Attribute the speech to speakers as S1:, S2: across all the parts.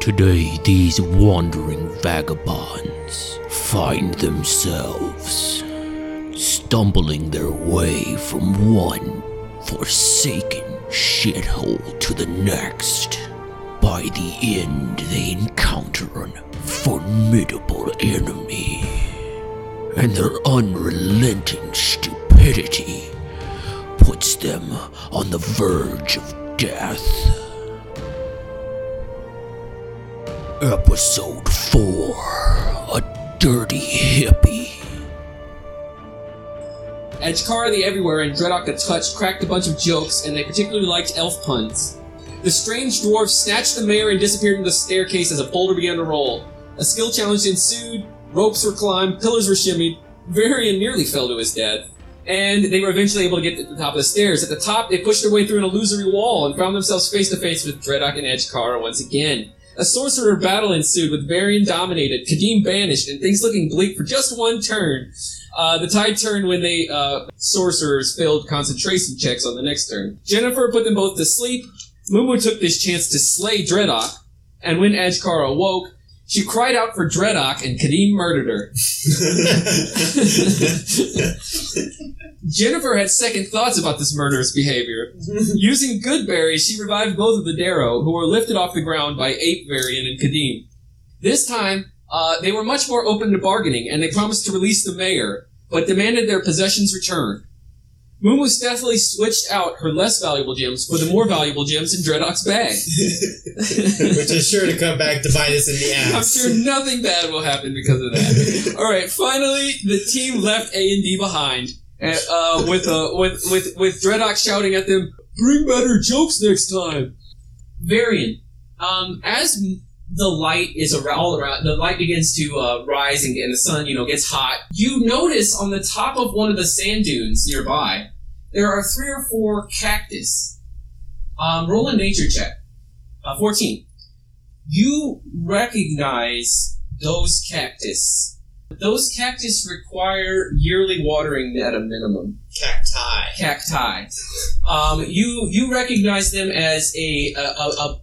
S1: Today, these wandering vagabonds find themselves stumbling their way from one forsaken shithole to the next. By the end, they encounter an formidable enemy, and their unrelenting stupidity puts them on the verge of death. Episode 4 A Dirty Hippie.
S2: As Kara the Everywhere and Dreadnought the Touch cracked a bunch of jokes, and they particularly liked elf puns. The strange dwarf snatched the mare and disappeared into the staircase as a boulder began to roll. A skill challenge ensued, ropes were climbed, pillars were shimmied, Varian nearly fell to his death, and they were eventually able to get to the top of the stairs. At the top, they pushed their way through an illusory wall and found themselves face to face with Dreadnought and Edge Kara once again. A sorcerer battle ensued with Varian dominated, Kadim banished, and things looking bleak for just one turn. Uh, the tide turned when they uh, sorcerers failed concentration checks on the next turn. Jennifer put them both to sleep. Mumu took this chance to slay Dreadok, and when Ajkar awoke, she cried out for Dreadok, and Kadim murdered her. Jennifer had second thoughts about this murderous behavior. Using good berries, she revived both of the Darrow, who were lifted off the ground by Ape Varian and Kadim. This time, uh, they were much more open to bargaining, and they promised to release the mayor, but demanded their possessions returned. Mumu stealthily switched out her less valuable gems for the more valuable gems in Dreadnought's bag.
S3: Which is sure to come back to bite us in the
S2: I'm
S3: ass.
S2: sure nothing bad will happen because of that. All right, finally, the team left A and D behind, and, uh, with uh, with with with Dreadnought shouting at them, "Bring better jokes next time." Varian, um, as m- the light is ar- all around, the light begins to uh, rise and, and the sun, you know, gets hot. You notice on the top of one of the sand dunes nearby, there are three or four cactus. Um, roll a nature check. Uh, Fourteen you recognize those cactus. Those cactus require yearly watering at a minimum.
S3: Cacti.
S2: Cacti. Um, you you recognize them as a a, a, a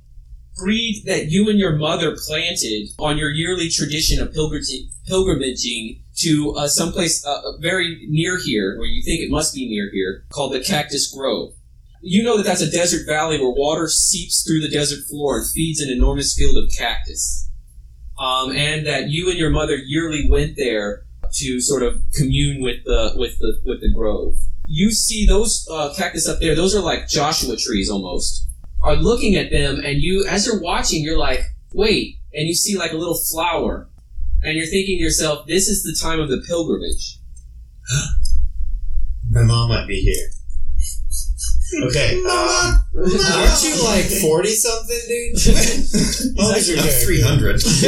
S2: breed that you and your mother planted on your yearly tradition of pilgrimaging, pilgrimaging to uh, someplace uh, very near here, or you think it must be near here, called the Cactus Grove. You know that that's a desert valley where water seeps through the desert floor and feeds an enormous field of cactus. Um, and that you and your mother yearly went there to sort of commune with the with the with the grove. You see those uh, cactus up there; those are like Joshua trees almost. Are looking at them, and you, as you're watching, you're like, "Wait!" And you see like a little flower, and you're thinking to yourself, "This is the time of the pilgrimage."
S3: My mom might be here. Okay.
S4: uh,
S3: Um, aren't you like Oh, 40 something, dude? Well,
S4: It's actually about 300.
S3: That's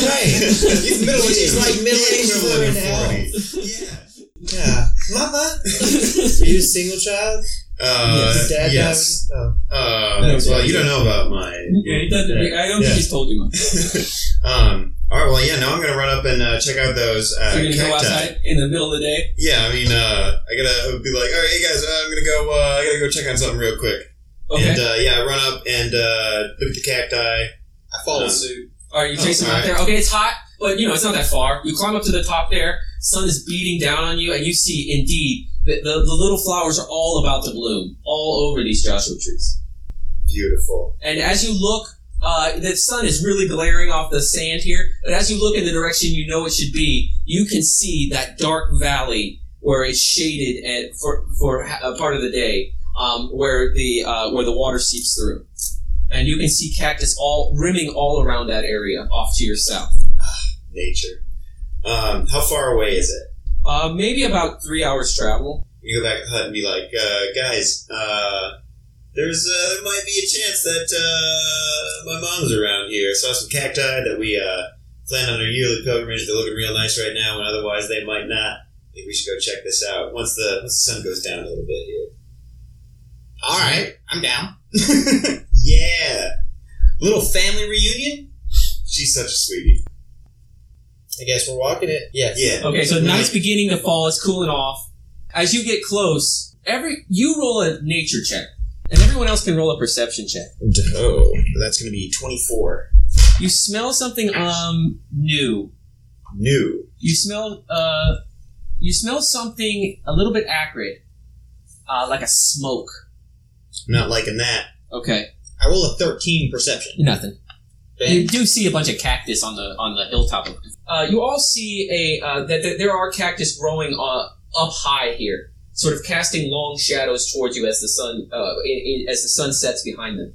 S3: right. He's middle aged. He's like middle aged for an
S4: Equivalent
S3: elf.
S4: of 40.
S3: Yeah. Yeah. Mama! Are you a single child?
S4: Uh,
S3: Does Dad
S4: yes.
S3: died? Oh.
S4: Uh, well, you don't know about my.
S2: Yeah, he doesn't, I don't
S4: Yeah.
S2: think he's told you much.
S4: Um, all right. Well, yeah. Now I'm gonna run up and uh, check out those uh,
S2: So you're gonna go
S4: cacti.
S2: outside in the middle of the day.
S4: Yeah. I mean, uh, I gotta be like, all right, hey guys, uh, I'm gonna go. Uh, I gotta go check on something real quick.
S2: Okay.
S4: And uh, yeah, I run up and uh, look at the cacti.
S3: I follow
S4: No.
S3: suit.
S2: All right, you chase him out
S4: Alright.
S2: there. Okay, it's hot, but you know it's not that far. You climb up to the top there. Sun is beating down on you, and you see indeed that the, the little flowers are all about to bloom all over these Joshua trees.
S4: Beautiful.
S2: And as you look, uh, the sun is really glaring off the sand here. But as you look in the direction you know it should be, you can see that dark valley where it's shaded at, for for ha- a part of the day, um, where the uh, where the water seeps through, and you can see cactus all rimming all around that area off to your south.
S4: Nature. Um, how far away is it?
S2: Uh, maybe about three hours travel.
S4: You go back to the hut and be like, uh, guys, uh, there's uh, there might be a chance that uh, my mom's around here. Saw some cacti that we uh, plan on our yearly pilgrimage. They're looking real nice right now, and otherwise they might not. I think we should go check this out once the once the sun goes down a little bit here.
S3: Alright, I'm down.
S4: Yeah,
S3: Little family reunion?
S4: she's such a sweetie.
S3: I guess we're walking it. Yes.
S4: Yeah,
S2: Okay, so night's beginning to fall. It's cooling off. As you get close, every you roll a nature check, and everyone else can roll a perception check.
S3: Oh, that's going to be 24.
S2: You smell something um new.
S4: New.
S2: You smell uh you smell something a little bit acrid. Uh, like a smoke.
S4: Not liking that.
S2: Okay.
S5: I roll a 13 perception.
S2: Nothing. You
S5: Bang.
S2: do see a bunch of cactus on the on the hilltop. Uh, you all see a uh, that that there are cactus growing uh, up high here, sort of casting long shadows towards you as the sun uh, in, in, as the sun sets behind them.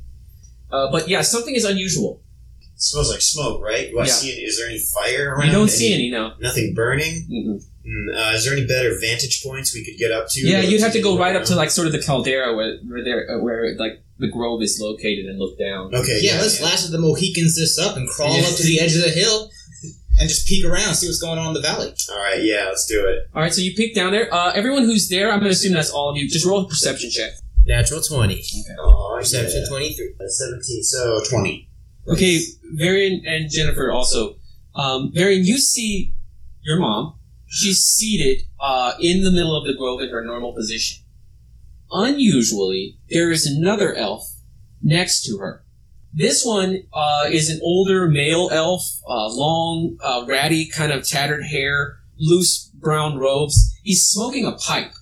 S2: Uh, but yeah, something is unusual.
S4: It smells like smoke, right? Do I
S2: Yeah.
S4: see it? Is there any fire around?
S2: You don't see
S4: any.
S2: any no.
S4: Nothing burning?
S2: Mm-mm.
S4: Mm, uh, is there any better vantage points we could get up to?
S2: Yeah,
S4: Look
S2: you'd have to go
S4: look
S2: right up to
S4: around?
S2: like sort of the caldera where where there uh, where like the grove is located and look down.
S4: Okay,
S5: yeah, let's lasso the Mohicans this up and crawl
S2: Yeah.
S5: up to the edge of the hill and just peek around, see what's going on in the valley.
S4: All right, yeah, let's do it.
S2: All right, so you peek down there. Uh, everyone who's there, I'm gonna assume that's all of you. Just roll a perception check.
S5: Natural 20.
S4: Oh,
S5: Perception 23.
S4: 17, so 20.
S2: Okay, Varian and Jennifer also. Um, Varian, you see your mom. She's seated uh, in the middle of the grove in her normal position. Unusually, there is another elf next to her. This one uh, is an older male elf, uh, long, uh, ratty, kind of tattered hair, loose brown robes. He's smoking a pipe,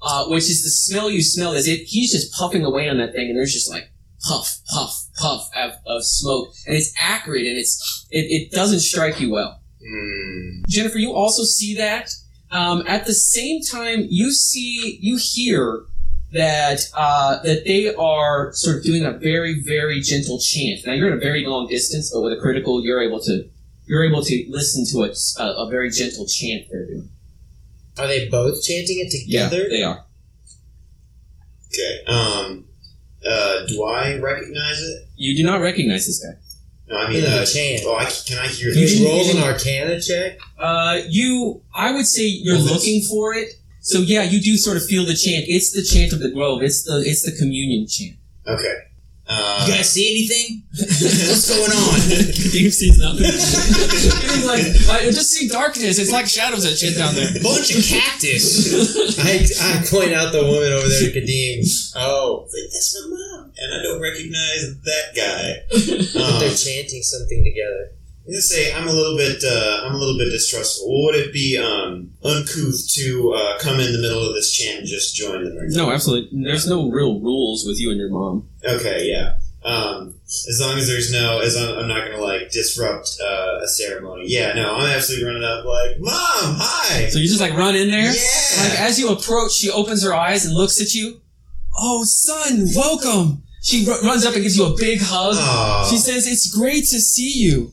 S2: uh, which is the smell you smell. Is it? He's just puffing away on that thing, and there's just like puff, puff, puff of, of smoke, and it's acrid and it's it, it doesn't strike you well.
S4: Mm,
S2: Jennifer, you also see that. Um, at the same time, you see you hear that uh, that they are sort of doing a very very gentle chant. Now you're at a very long distance, but with a critical, you're able to you're able to listen to a, a, a very gentle chant they're doing.
S5: Are they both chanting it
S2: they are.
S4: okay. Um, uh, do I recognize it?
S2: You do not recognize this guy.
S4: No, I mean,
S5: Yeah,
S4: uh,
S5: the chant.
S4: oh, I, c- can I hear
S2: You
S4: this?
S2: can-
S5: Roll an arcana check.
S2: Uh, you, I would say you're
S4: Well, that's-
S2: looking for it. So yeah, you do sort of feel the chant. It's the chant of the grove. It's the it's the communion chant.
S4: Okay. Uh,
S5: you guys see anything? what's going on?
S2: Dave sees nothing. He's like, I just see darkness. It's like shadows and shit down there.
S5: Bunch of cactus.
S3: I, I point out the woman over there, Kadeem.
S5: Oh.
S4: Like, that's my mom, and I don't recognize that guy.
S3: They're
S4: Um,
S3: chanting something together.
S4: I'm gonna say I'm a little bit uh, I'm a little bit distrustful. Would it be um, uncouth to uh, come in the middle of this chant and just join them? Or
S2: No, absolutely. There's no real rules with you and your mom.
S4: Okay, yeah. Um, as long as there's no, as I'm, I'm not gonna like disrupt uh, a ceremony. Yeah, no, I'm absolutely running up like, mom, hi.
S2: So you just like run in there. Like
S4: Yeah.
S2: as you approach, she opens her eyes and looks at you. Oh, son, welcome. She r- runs up and gives you a big hug.
S4: Aw.
S2: She says, "It's great to see you."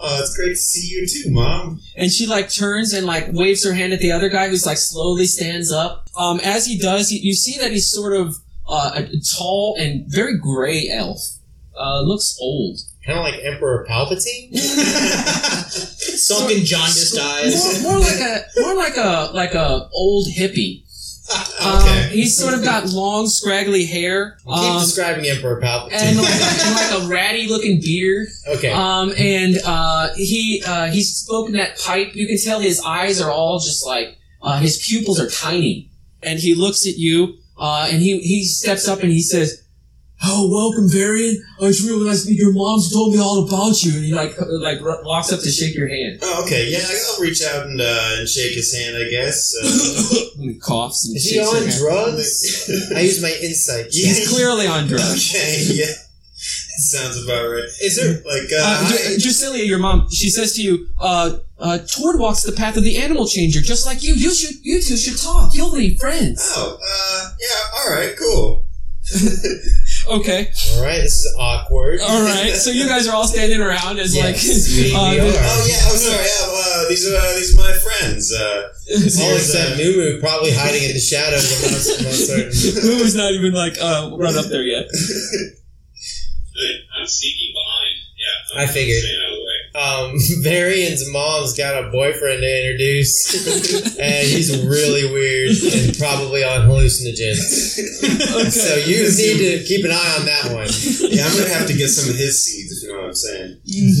S4: oh, it's great to see you too, mom.
S2: and she like turns and like waves her hand at the other guy who's like slowly stands up. Um, as he does, you, you see that he's sort of uh, a a tall and very gray elf. Uh, looks old.
S3: Kind of like Emperor Palpatine?
S5: Sunken jaundiced eyes.
S2: More, more like a more like a like a old hippie. Um,
S4: okay.
S2: He's sort of got long scraggly hair.
S3: Keep
S2: Um,
S3: describing Emperor Palpatine.
S2: and like, and like a ratty looking beard.
S3: okay.
S2: Um, and uh, he uh, he's smoking that pipe. You can tell his eyes are all just like uh, his pupils are tiny. And he looks at you, uh, and he he steps up and he says, "Oh, welcome, Varian. Oh, I just realized that your mom's told me all about you." And he like uh, like r- walks up to shake your hand.
S4: oh, okay. Yeah, I'll reach out and, uh, and shake his hand, I guess. Uh,
S2: And he coughs and
S3: Is
S2: shakes
S3: he
S2: your
S3: on
S2: hand.
S3: drugs? I use my insight. check.
S2: He's clearly on drugs.
S4: okay. Yeah. Sounds about right.
S5: Is there?
S4: Like, uh,
S2: Uh,
S4: hi.
S2: Ju- Drusilia, your mom, she says to you, uh, uh, Tord walks the path of the animal changer, just like you. You should, you two should talk. You'll be friends.
S4: oh, uh, yeah. All right. Cool.
S2: Okay.
S3: All right, this is awkward.
S2: All right, so you guys are all standing around as
S3: Yes, we-
S2: like,
S3: we
S2: uh,
S3: are.
S4: Oh yeah. I'm sorry. Yeah, uh, these are uh, these are my friends. Uh,
S2: the-
S3: All
S4: here's, uh,
S3: except Numu probably hiding in the shadows. I'm not, I'm not certain.
S2: who is not even like uh, run up there yet.
S6: I'm sneaking behind. Yeah.
S3: I figured.
S6: Staying out of the way.
S3: Um, Varian's mom's got a boyfriend to introduce, and he's really weird and probably on hallucinogens.
S2: Okay.
S3: So you
S2: Uh,
S3: need to keep an eye on that one.
S4: Yeah, I'm gonna have to get some of his seeds if you know what I'm saying.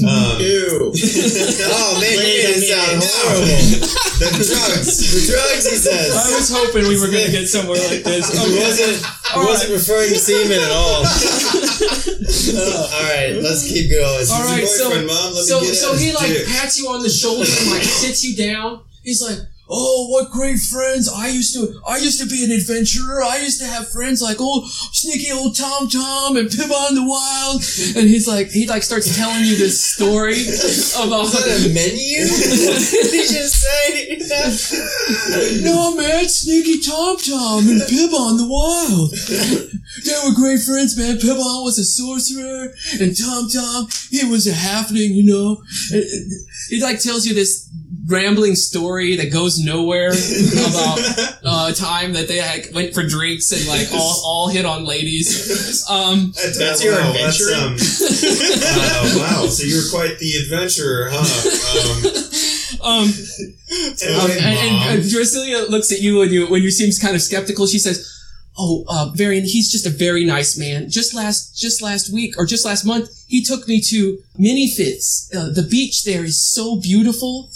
S4: Um,
S3: Ew. Oh man,
S4: Wait a
S3: you made it
S4: minute,
S3: sound
S4: no.
S3: horrible.
S4: the drugs.
S3: Drugs, he says.
S2: I was hoping we were gonna get somewhere like this.
S3: He
S2: Okay.
S3: wasn't
S4: I wasn't referring to semen at all.
S2: so
S4: all right, let's keep going. She's
S2: All right,
S4: your
S2: so-
S4: boyfriend, mom. Let me get
S2: so
S4: out
S2: he
S4: of
S2: like
S4: here.
S2: pats you on the shoulder and like sits you down. He's like, "Oh, what great friends! I used to I used to be an adventurer. I used to have friends like old sneaky old Tom Tom and Pivot in the Wild." And he's like, he like starts telling you this story about.
S4: Is that a menu? Did he just say?
S2: No man, Sneaky Tom Tom and Pibbon the Wild. They were great friends, man. Pibbon was a sorcerer, and Tom Tom, he was a halfling, you know. And- and He like tells you this rambling story that goes nowhere about uh, a time that they like, went for drinks and like all, all hit on ladies. Um,
S7: That's
S4: your
S7: wow,
S4: adventure?
S7: That's, um, uh, wow, so you're quite the adventurer, huh?
S2: um,
S7: Um,
S2: Um,
S7: anyway,
S2: and, and,
S7: Mom.
S2: uh, Drusilla looks at you and you when you seem kind of skeptical. She says, "Oh, uh, Varian, he's just a very nice man. Just last just last week or just last month, he took me to Minifits. Uh, the beach there is so beautiful.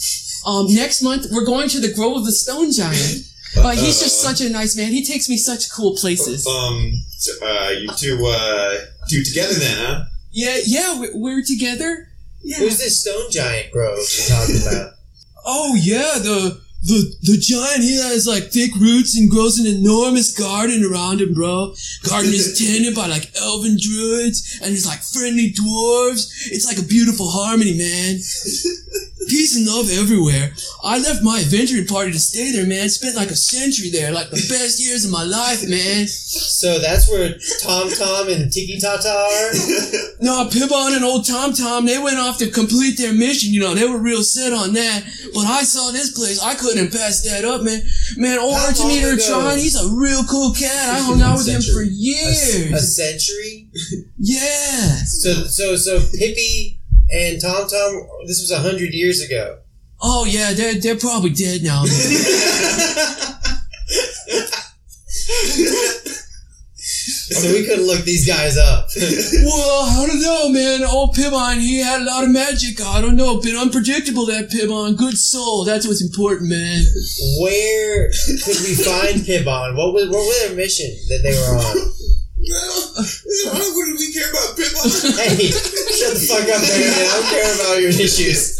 S2: Um, next month, we're going to the Grove of the Stone Giant. But he's just such a nice man. He takes me such cool places.
S4: uh.
S7: Um, so, uh, you two, uh, two together then, huh?
S2: Yeah, yeah, we're, we're together. Yeah.
S4: Who's this stone giant grove you're talking about?
S2: Oh yeah, the the the giant he has like thick roots and grows an enormous garden around him, bro. Garden is tended by like elven druids and it's like friendly dwarves. It's like a beautiful harmony, man. Peace and love everywhere. I left my adventuring party to stay there, man. Spent like a century there, like the best years of my life, man.
S4: So that's where Tom Tom and Tiki Tata are?
S2: No, Pibbon and old Tom Tom, they went off to complete their mission. You know, they were real set on that. But I saw this place, I couldn't pass that up, man. Man, Orange
S4: long
S2: Meter
S4: ago?
S2: Tron, he's a real cool cat. I hung out with him for
S4: A
S2: years.
S4: century?
S2: Yeah.
S4: So so so Pippi and Tom Tom this was a hundred years ago.
S2: Oh yeah, they're they're probably dead now. man.
S4: So we couldn't look these guys up.
S2: well, I don't know, man. Old Pibbon, he had a lot of magic. I don't know, been unpredictable that Pibbon. Good soul, that's what's important, man.
S4: Where could we find Pibbon? What was what was their mission that they were on?
S7: Why would we care about people?
S4: Hey, shut the fuck up, man. I don't care about your issues.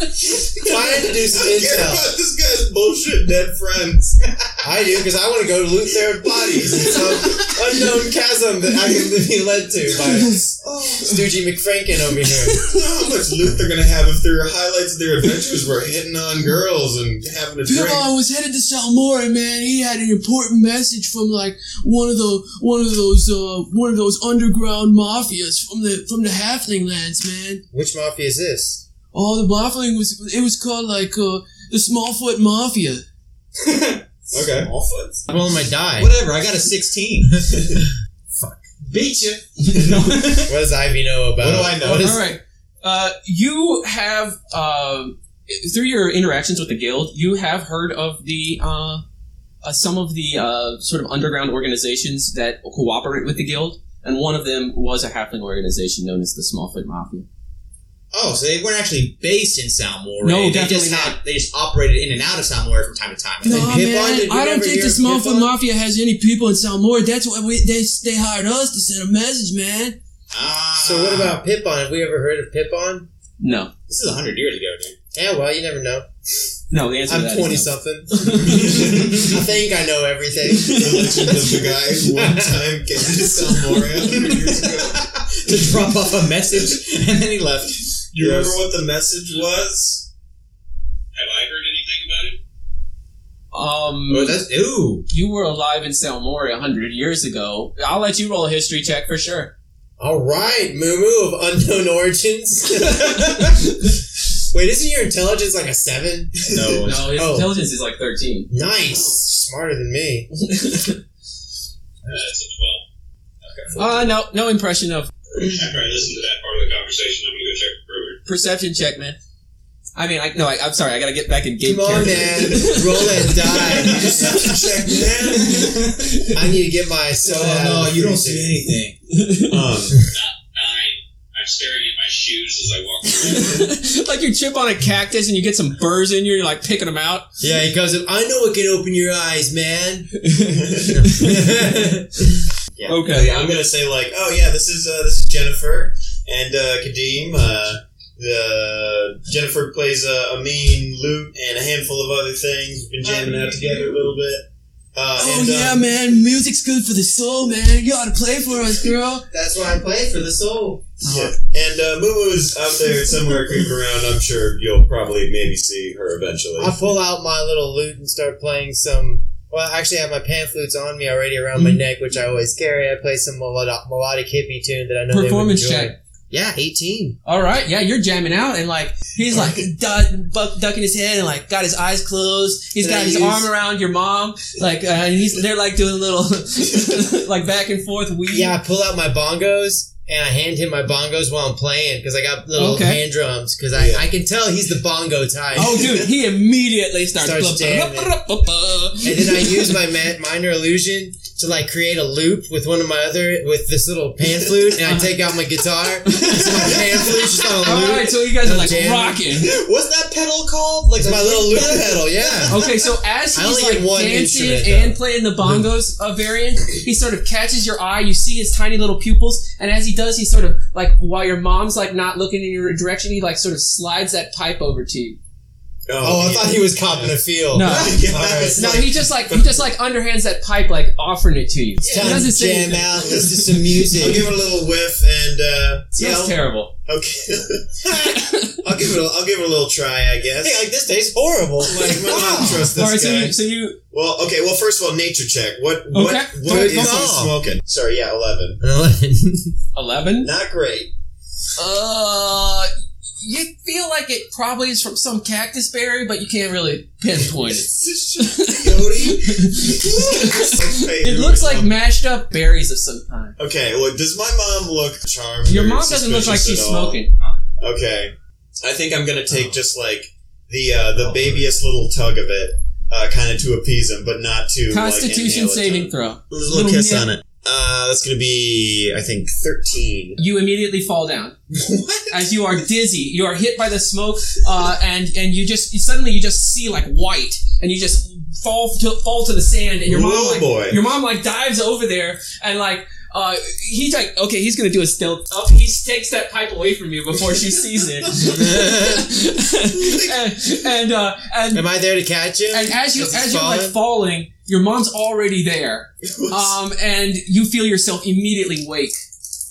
S4: Trying to do some intel.
S7: this guy's bullshit dead friends.
S4: I do because I want to go loot their bodies in some unknown chasm that I can be led to by Stoogie McFranken over here.
S7: You know how much loot they're gonna have if their highlights of their adventures were hitting on girls and having a drink.
S2: Pibbon was headed to Salmore, man. He had an important message from like one of the one of those uh, one of those underground mafias from the from the Halfling lands, man.
S4: Which mafia is this?
S2: Oh, the Halfling was it was called like uh, the Smallfoot Mafia.
S7: Okay.
S4: I'm rolling my die. What
S1: Whatever, I got a 16. Fuck. Beat you.
S4: does Ivy know about?
S7: What do I know?
S4: What is-
S2: All right. Uh, you have um, through your interactions with the guild, you have heard of the uh, uh, some of the uh, sort of underground organizations that cooperate with the guild, and one of them was a halfling organization known as the Smallfoot Mafia.
S1: Oh, so they weren't actually based in Salmore.
S2: No,
S1: they
S2: definitely
S1: just Had, they just operated in and out of Salmore from time to time.
S2: No,
S4: And Pip on?
S2: man,
S4: Did we
S2: I don't
S4: ever
S2: think the
S4: hear Pip
S2: Smallfoot
S4: on?
S2: Mafia has any people in Salmore. That's why we, they they hired us to send a message, man.
S1: Ah.
S4: So what about Pippon? Have we ever heard of Pippon?
S2: No,
S1: This is 100 years ago, dude.
S4: Yeah, well, you never know.
S2: no, the answer to that is
S4: I'm twenty
S2: no.
S4: something. I think I know everything.
S7: The legend of the guy who one time came to Salmoria hundred years ago.
S1: to drop off a message, and then he left.
S7: You remember what the message was? Have I heard anything about it?
S2: Um,
S1: Oh, that's ooh.
S2: you were alive in Salmore a hundred years ago. I'll let you roll a history check for sure.
S4: All right, Moo Moo of unknown origins. Wait, isn't your intelligence like a seven?
S1: No.
S2: No, his
S4: Oh.
S2: intelligence is like 13.
S4: Nice, smarter than me.
S6: That's a 12.
S2: Uh, no, no impression of
S6: After I listen to that part of the conversation, I'm going to go check the perimeter.
S2: perception check, man. I mean, I, no, I, I'm sorry, I gotta get back in game
S4: Come on,
S2: character.
S4: man. Roll that die. You just have to check that. I need to get my soul out of the freezer.
S1: anything.
S7: Um,
S6: Nine. I'm staring at my shoes as I walk around.
S2: like you trip on a cactus and you get some burrs in you, you're like picking them out.
S4: Yeah, he goes up. I know what can open your eyes, man.
S3: Yeah.
S2: Okay.
S4: Like, I'm gonna say like, oh yeah, this is uh, this is Jennifer and uh, Kadeem. Uh, the Jennifer plays uh, a mean lute and a handful of other things. We've been jamming out together a little bit. Uh,
S2: Oh,
S4: and, um,
S1: man, music's good for the soul, man. You ought to play for us, girl.
S3: That's why I play for the soul.
S4: Yeah. And uh, Mumu's out there somewhere creeping around. I'm sure you'll probably maybe see her eventually.
S3: I pull out my little lute and start playing some. Well, I actually have my pan flutes on me already around my
S2: Mm-hmm.
S3: neck, which I always carry. I play some melodic, melodic hippie tune that I know
S2: Performance
S3: they would enjoy.
S2: check.
S3: Yeah, eighteen.
S2: All right, yeah, you're jamming out, and like he's like du- buck, ducking his head, and like got his eyes closed. He's
S3: Did
S2: got
S3: I
S2: his
S3: use-
S2: arm around your mom, like uh, and he's they're like doing a little like back and forth. We
S3: Yeah, I pull out my bongos and I hand him my bongos while I'm playing because I got little
S2: Okay.
S3: hand drums because I,
S4: Yeah.
S3: I can tell he's the bongo type.
S2: Oh, dude, he immediately starts.
S3: Starts jamming. and then I use my ma- minor illusion to like create a loop with one of my other with this little pan flute, and I take out my guitar. so my pan flute's just on a
S2: Uh-huh. All
S3: loop.
S2: right, so you guys are like
S3: Jamming.
S2: rocking.
S4: What's that pedal called? Like
S3: It's my little loop pedal, yeah.
S4: Oh,
S2: Okay, so as
S3: I
S2: he's
S3: only
S2: like
S3: had one
S2: dancing
S3: instrument, though.
S2: and playing the bongos uh, variant, he sort of catches your eye. You see his tiny little pupils, and as he does, he sort of like while your mom's like not looking in your direction, he like sort of slides that pipe over to you.
S3: Oh, I thought he was copping a feel.
S2: No.
S4: Yeah,
S3: All right.
S4: it's
S2: No,
S4: like-
S2: he just like he just like underhands that pipe, like offering it to you.
S3: It's
S2: He
S3: time
S2: doesn't
S3: to
S2: say
S3: jam
S2: anything.
S3: out. Let's do some
S4: I'll give
S3: music.
S4: it a little whiff and uh, yeah,
S2: Smells
S4: I'll-
S2: terrible.
S4: okay. I'll give it. A, I'll give it a little try, I guess.
S3: Hey, like this tastes horrible.
S4: Like, I'm not
S3: Wow.
S4: trust
S2: All right,
S4: this
S2: so
S4: guy.
S2: you, so you
S4: well, okay. Well, first of all, nature check. What? What?
S2: Okay.
S4: What
S3: Good
S4: is he
S3: call.
S4: smoking? Sorry, yeah, eleven.
S2: eleven.
S4: Not great.
S2: Uh, you feel like it probably is from some cactus berry, but you can't really pinpoint it.
S4: Cody. it
S2: It looks like mashed up berries of some kind.
S4: Okay. Well, does my mom look charmed?
S2: Your
S4: or
S2: mom doesn't look like
S4: suspicious
S2: she's
S4: at all?
S2: smoking. Oh.
S4: Okay. I think I'm gonna take just like the uh, the babyest little tug of it, uh, kind of to appease him, but not to like,
S2: Constitution
S4: inhale it.
S2: saving throw.
S4: There's
S2: little kiss nip. on
S4: it. Uh, that's gonna be, I think, thirteen.
S2: You immediately fall down as you are dizzy. You are hit by the smoke, uh, and and you just you, suddenly you just see like white, and you just fall to fall to the sand. And your mom
S4: Whoa,
S2: like
S4: boy.
S2: your mom like dives over there and like. Uh, he's like, okay, he's gonna do a stealth. Up, he takes that pipe away from you before she sees it. and and, uh, and
S3: Am I there to catch him?
S2: and as you
S3: Is he
S2: as you're like
S3: falling?
S2: falling, your mom's already there, um, and you feel yourself immediately wake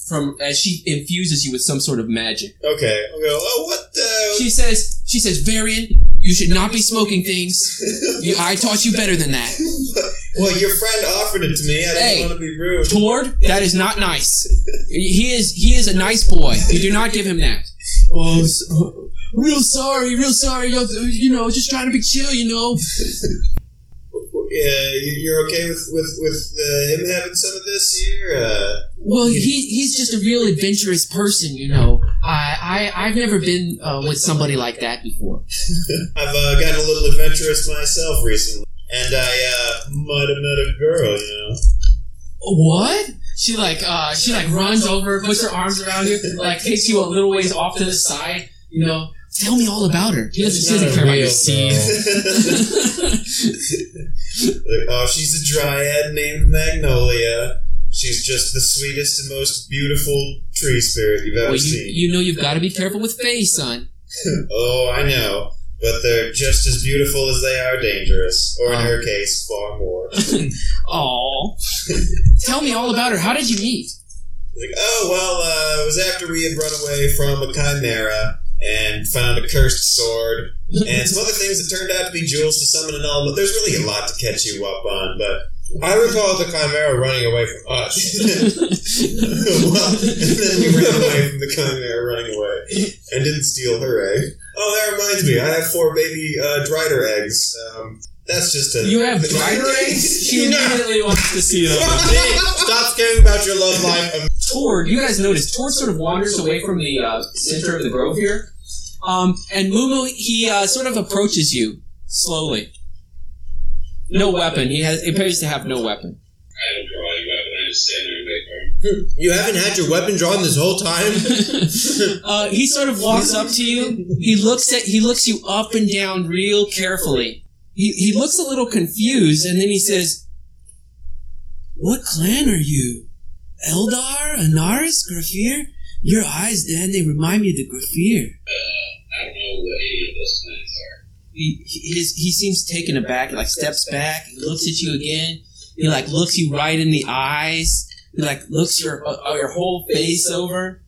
S2: from as she infuses you with some sort of magic.
S4: Okay. I'll go. Oh, what the?
S2: She says, she says, Varian, you should not be smoking things. You, I taught you better than that.
S4: well, your friend offered it to me. I didn't
S2: Hey.
S4: want to be rude.
S2: Tord, that is not nice. He is he is a nice boy. You do not give him that. Oh, so, real sorry, real sorry. yo- You know, just trying to be chill. You know,
S4: Yeah, you- you're okay with with with uh, him having some of this here? Uh,
S2: Well, he, he's just a real adventurous person, you know. I, I I've never been uh, with somebody like that before.
S4: I've uh, gotten a little adventurous myself recently, and I uh, might have met a girl. You know.
S2: What? She like uh she like runs over, puts her arms around you, like takes you a little ways off to the side, you know. Tell me all about her. He doesn't, she doesn't
S3: Not
S2: care
S3: a
S2: about your
S3: real
S2: seeds.
S4: like, oh, she's a dryad named Magnolia. She's just the sweetest and most beautiful tree spirit you've ever
S2: well, you,
S4: seen.
S2: you know you've got to be careful with Faye, son.
S4: oh, I know. But they're just as beautiful as they are dangerous, or in
S2: Oh.
S4: her case, far more.
S2: Aw. Tell me all about her. How did you meet?
S4: Like, oh well, uh, it was after we had run away from a chimera and found a cursed sword and some other things that turned out to be jewels to summon an element. There's really a lot to catch you up on, but
S3: I recall the chimera running away from us.
S4: well, and then we ran away from the chimera running away and didn't steal her egg. Oh, that reminds me, I have four baby uh, drider eggs. Um, that's just a
S2: You have driver eggs? She immediately wants to see them.
S3: Stop caring about your love life.
S2: Tord, you guys notice Tord sort of wanders away from the uh, center of the grove here, um, and Mumu he uh, sort of approaches you slowly. No weapon. He has he appears to have no weapon.
S6: I don't draw any weapon. I just stand there and wait for him.
S3: You haven't had your weapon drawn this whole time.
S2: uh, he sort of walks up to you. He looks at he looks you up and down real carefully. He he looks a little confused, and then he says, "What clan are you?"
S1: Eldar, Anaris, Grafir? Your eyes, Dan, they remind me of the Grafir.
S6: I don't know what any of those planets are.
S2: He he- his, he seems taken aback. Like steps back, he looks at you again. He like looks you right in the eyes. He like looks your uh, your whole face over.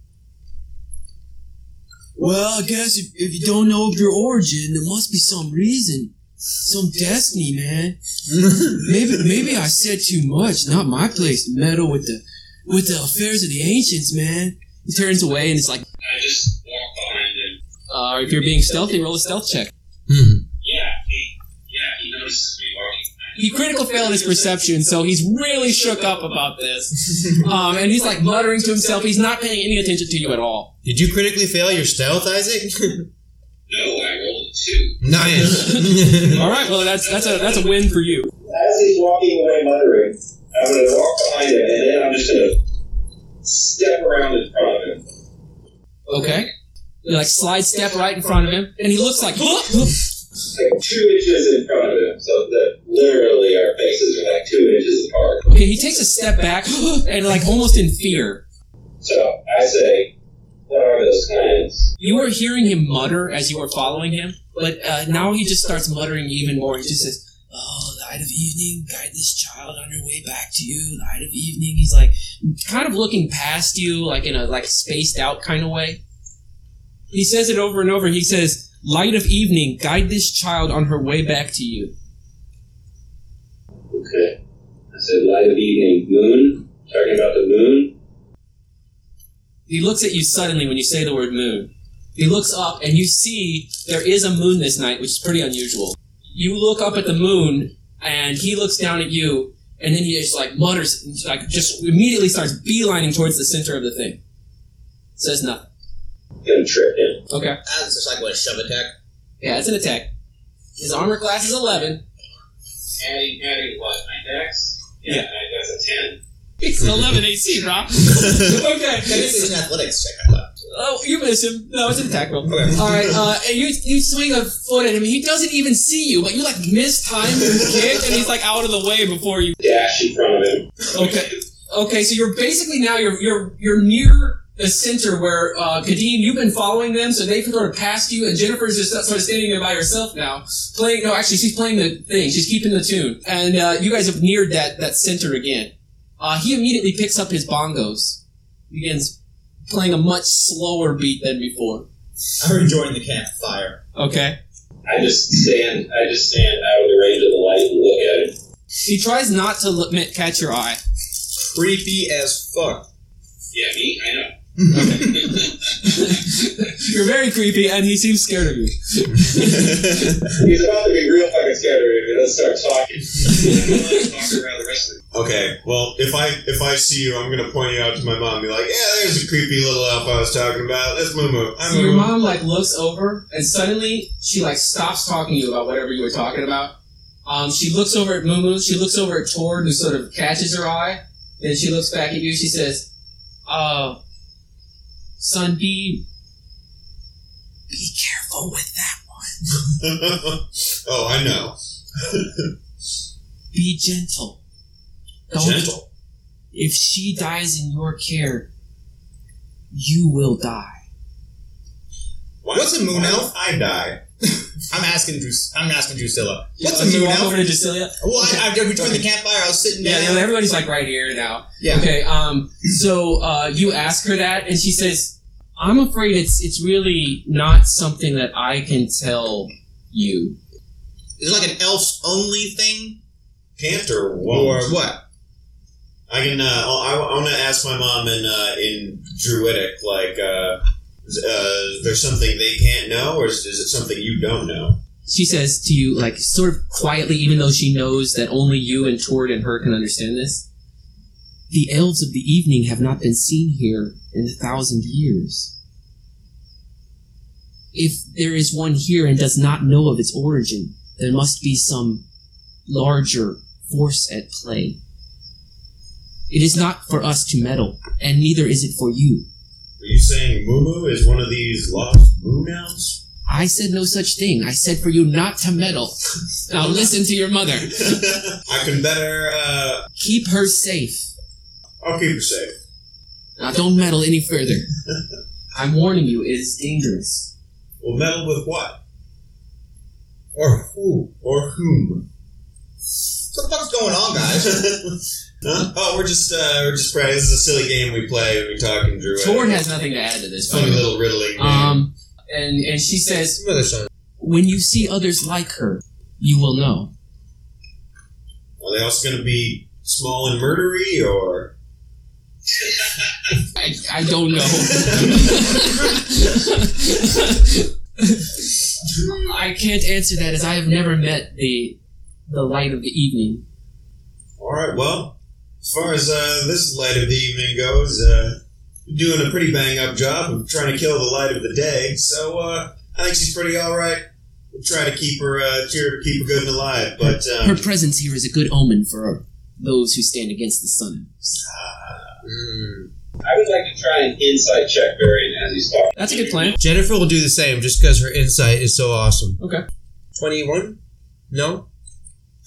S1: Well, I guess if, if you don't know of your origin, there must be some reason. Some destiny, man. maybe maybe I said too much. Not my place to meddle with the with the affairs of the ancients, man.
S2: He turns away and it's like,
S6: I just walk behind him.
S2: uh, if you're being stealthy, roll a stealth check.
S6: Yeah, he, yeah, he notices me walking. behind him.
S2: He critical failed his perception, so he's really shook up about this. Um, and he's like muttering to himself. He's not paying any attention to you at all.
S3: Did you critically fail your stealth, Isaac?
S6: No, I rolled a two.
S3: nice.
S2: All right, well that's that's a that's a win for you.
S8: As he's walking away muttering, I'm going to walk behind him and then I'm just going to step around in front of him.
S2: Okay. You like slide step right in front of him, and he looks like "Huh?"
S8: It's like two inches in front of him, so that literally our faces are like two inches apart.
S2: okay. He takes a step back and like almost in fear.
S8: So I say, What are those kinds?
S2: You were hearing him mutter as you were following him, but uh, now he just starts muttering even more. He just says,
S1: Oh, light of evening, guide this child on her way back to you. Light of evening. He's like,
S2: kind of looking past you, like in a like spaced out kind of way. He says it over and over. He says, "Light of evening, guide this child on her way back to you."
S8: Okay. I said, Light of evening, moon? Talking about the moon?
S2: He looks at you suddenly when you say the word moon. He looks up and you see there is a moon this night, which is pretty unusual. You look up at the moon and he looks down at you and then he just like mutters, like just immediately starts beelining towards the center of the thing. Says nothing.
S8: Gonna trip him.
S2: Okay.
S3: That's just like what a shove attack.
S2: Yeah, it's an attack. His armor class is 11.
S6: Adding, adding what? My dex?
S2: Yeah.
S6: my dex a ten.
S2: It's an 11 AC, Rob. okay.
S5: It's an athletics check, I thought.
S2: Oh, you miss him. No, it's an attack roll. All right, uh, and you you swing a foot at him. He doesn't even see you, but you like miss time your kick, and he's like out of the way before you.
S8: Dash in front of him.
S2: Okay, okay. So you're basically now you're you're you're near the center where uh, Kadeem. You've been following them, so they've sort of passed you, and Jennifer's just sort of standing there by herself now, playing. No, actually, she's playing the thing. She's keeping the tune, and uh, you guys have neared that that center again. Uh, he immediately picks up his bongos, begins playing a much slower beat than before.
S5: I'm enjoying the campfire.
S2: Okay.
S8: I just stand. I just stand out of the range of the light and look at him.
S2: He tries not to look, catch your eye.
S5: Creepy as fuck.
S6: Yeah, me? I know.
S2: You're very creepy, and he seems scared of you.
S8: He's about to be real fucking scared of me. Let's start talking.
S6: Walk around the rest of the
S4: Okay, well, if I if I see you, I'm gonna point you out to my mom. and Be like, yeah, there's a creepy little elf I was talking about. That's
S2: So
S4: Mumu. I'm
S2: your
S4: Mumu.
S2: mom like looks over, and suddenly she like stops talking to you about whatever you were talking about. Um, she looks over at Mumu. She looks over at Tord, who sort of catches her eye. Then she looks back at you. She says, "Uh, Sunbeam, be careful with that.
S4: oh, I know.
S2: Be gentle. Don't.
S4: Gentle.
S2: If she dies in your care, you will die."
S4: Why-
S5: What's a moon
S4: why
S5: elf?
S4: would I die.
S5: I'm asking Drew. I'm asking Drusilla.
S2: Yeah,
S5: What's
S2: so
S5: a
S2: you
S5: moon
S2: walk
S5: elf?
S2: over to Drusilla?
S5: Well, I, I, we joined the campfire. I was sitting
S2: Yeah,
S5: down.
S2: yeah, everybody's like right here now.
S5: Yeah.
S2: Okay. Um. So uh, you ask her that, and she says, "I'm afraid it's it's really not something that I can tell you.
S5: Is it like an elf's only thing,
S4: Can't or
S5: or
S4: won't.
S5: what?
S4: I can. Uh, I, I want to ask my mom in uh, in Druidic. Like, uh, uh, there's something they can't know, or is, is it something you don't know?
S2: She says to you, like sort of quietly, even though she knows that only you and Tord and her can understand this. The elves of the evening have not been seen here in a thousand years. If there is one here and does not know of its origin, there must be some larger force at play. It is not for us to meddle, and neither is it for you.
S4: Are you saying Mumu is one of these lost moon elves?
S2: I said no such thing. I said for you not to meddle. Now listen to your mother.
S4: I can better. Uh,
S2: Keep her safe.
S4: I'll keep her safe.
S2: Now Uh, don't meddle any further. I'm warning you, it is dangerous.
S4: Well, meddle with what?
S9: Or who?
S4: Or whom?
S10: What the fuck's going on, guys?
S4: huh? Oh, we're just uh, we're just practicing. This is a silly game we play when we talk and Drew.
S2: Torn has nothing to add to this.
S4: funny
S2: But,
S4: little riddling. game.
S2: um, and and she says,
S9: Some other song.
S2: when you see others like her, you will know.
S4: Are they also going to be small and murdery or?
S2: I, I don't know. I can't answer that as I have never met the the light of the evening.
S4: All right. Well, as far as uh, this light of the evening goes, uh, you're doing a pretty bang up job of trying to kill the light of the day. So uh, I think she's pretty all right. We'll try to keep her, uh, keep her keep her good and alive. But
S2: Her
S4: um,
S2: presence here is a good omen for those who stand against the sun.
S4: mm.
S6: I would like to try an insight check Varian as he's talking.
S2: That's a good plan.
S9: Jennifer will do the same just because her insight is so awesome.
S2: Okay.
S9: 21? No?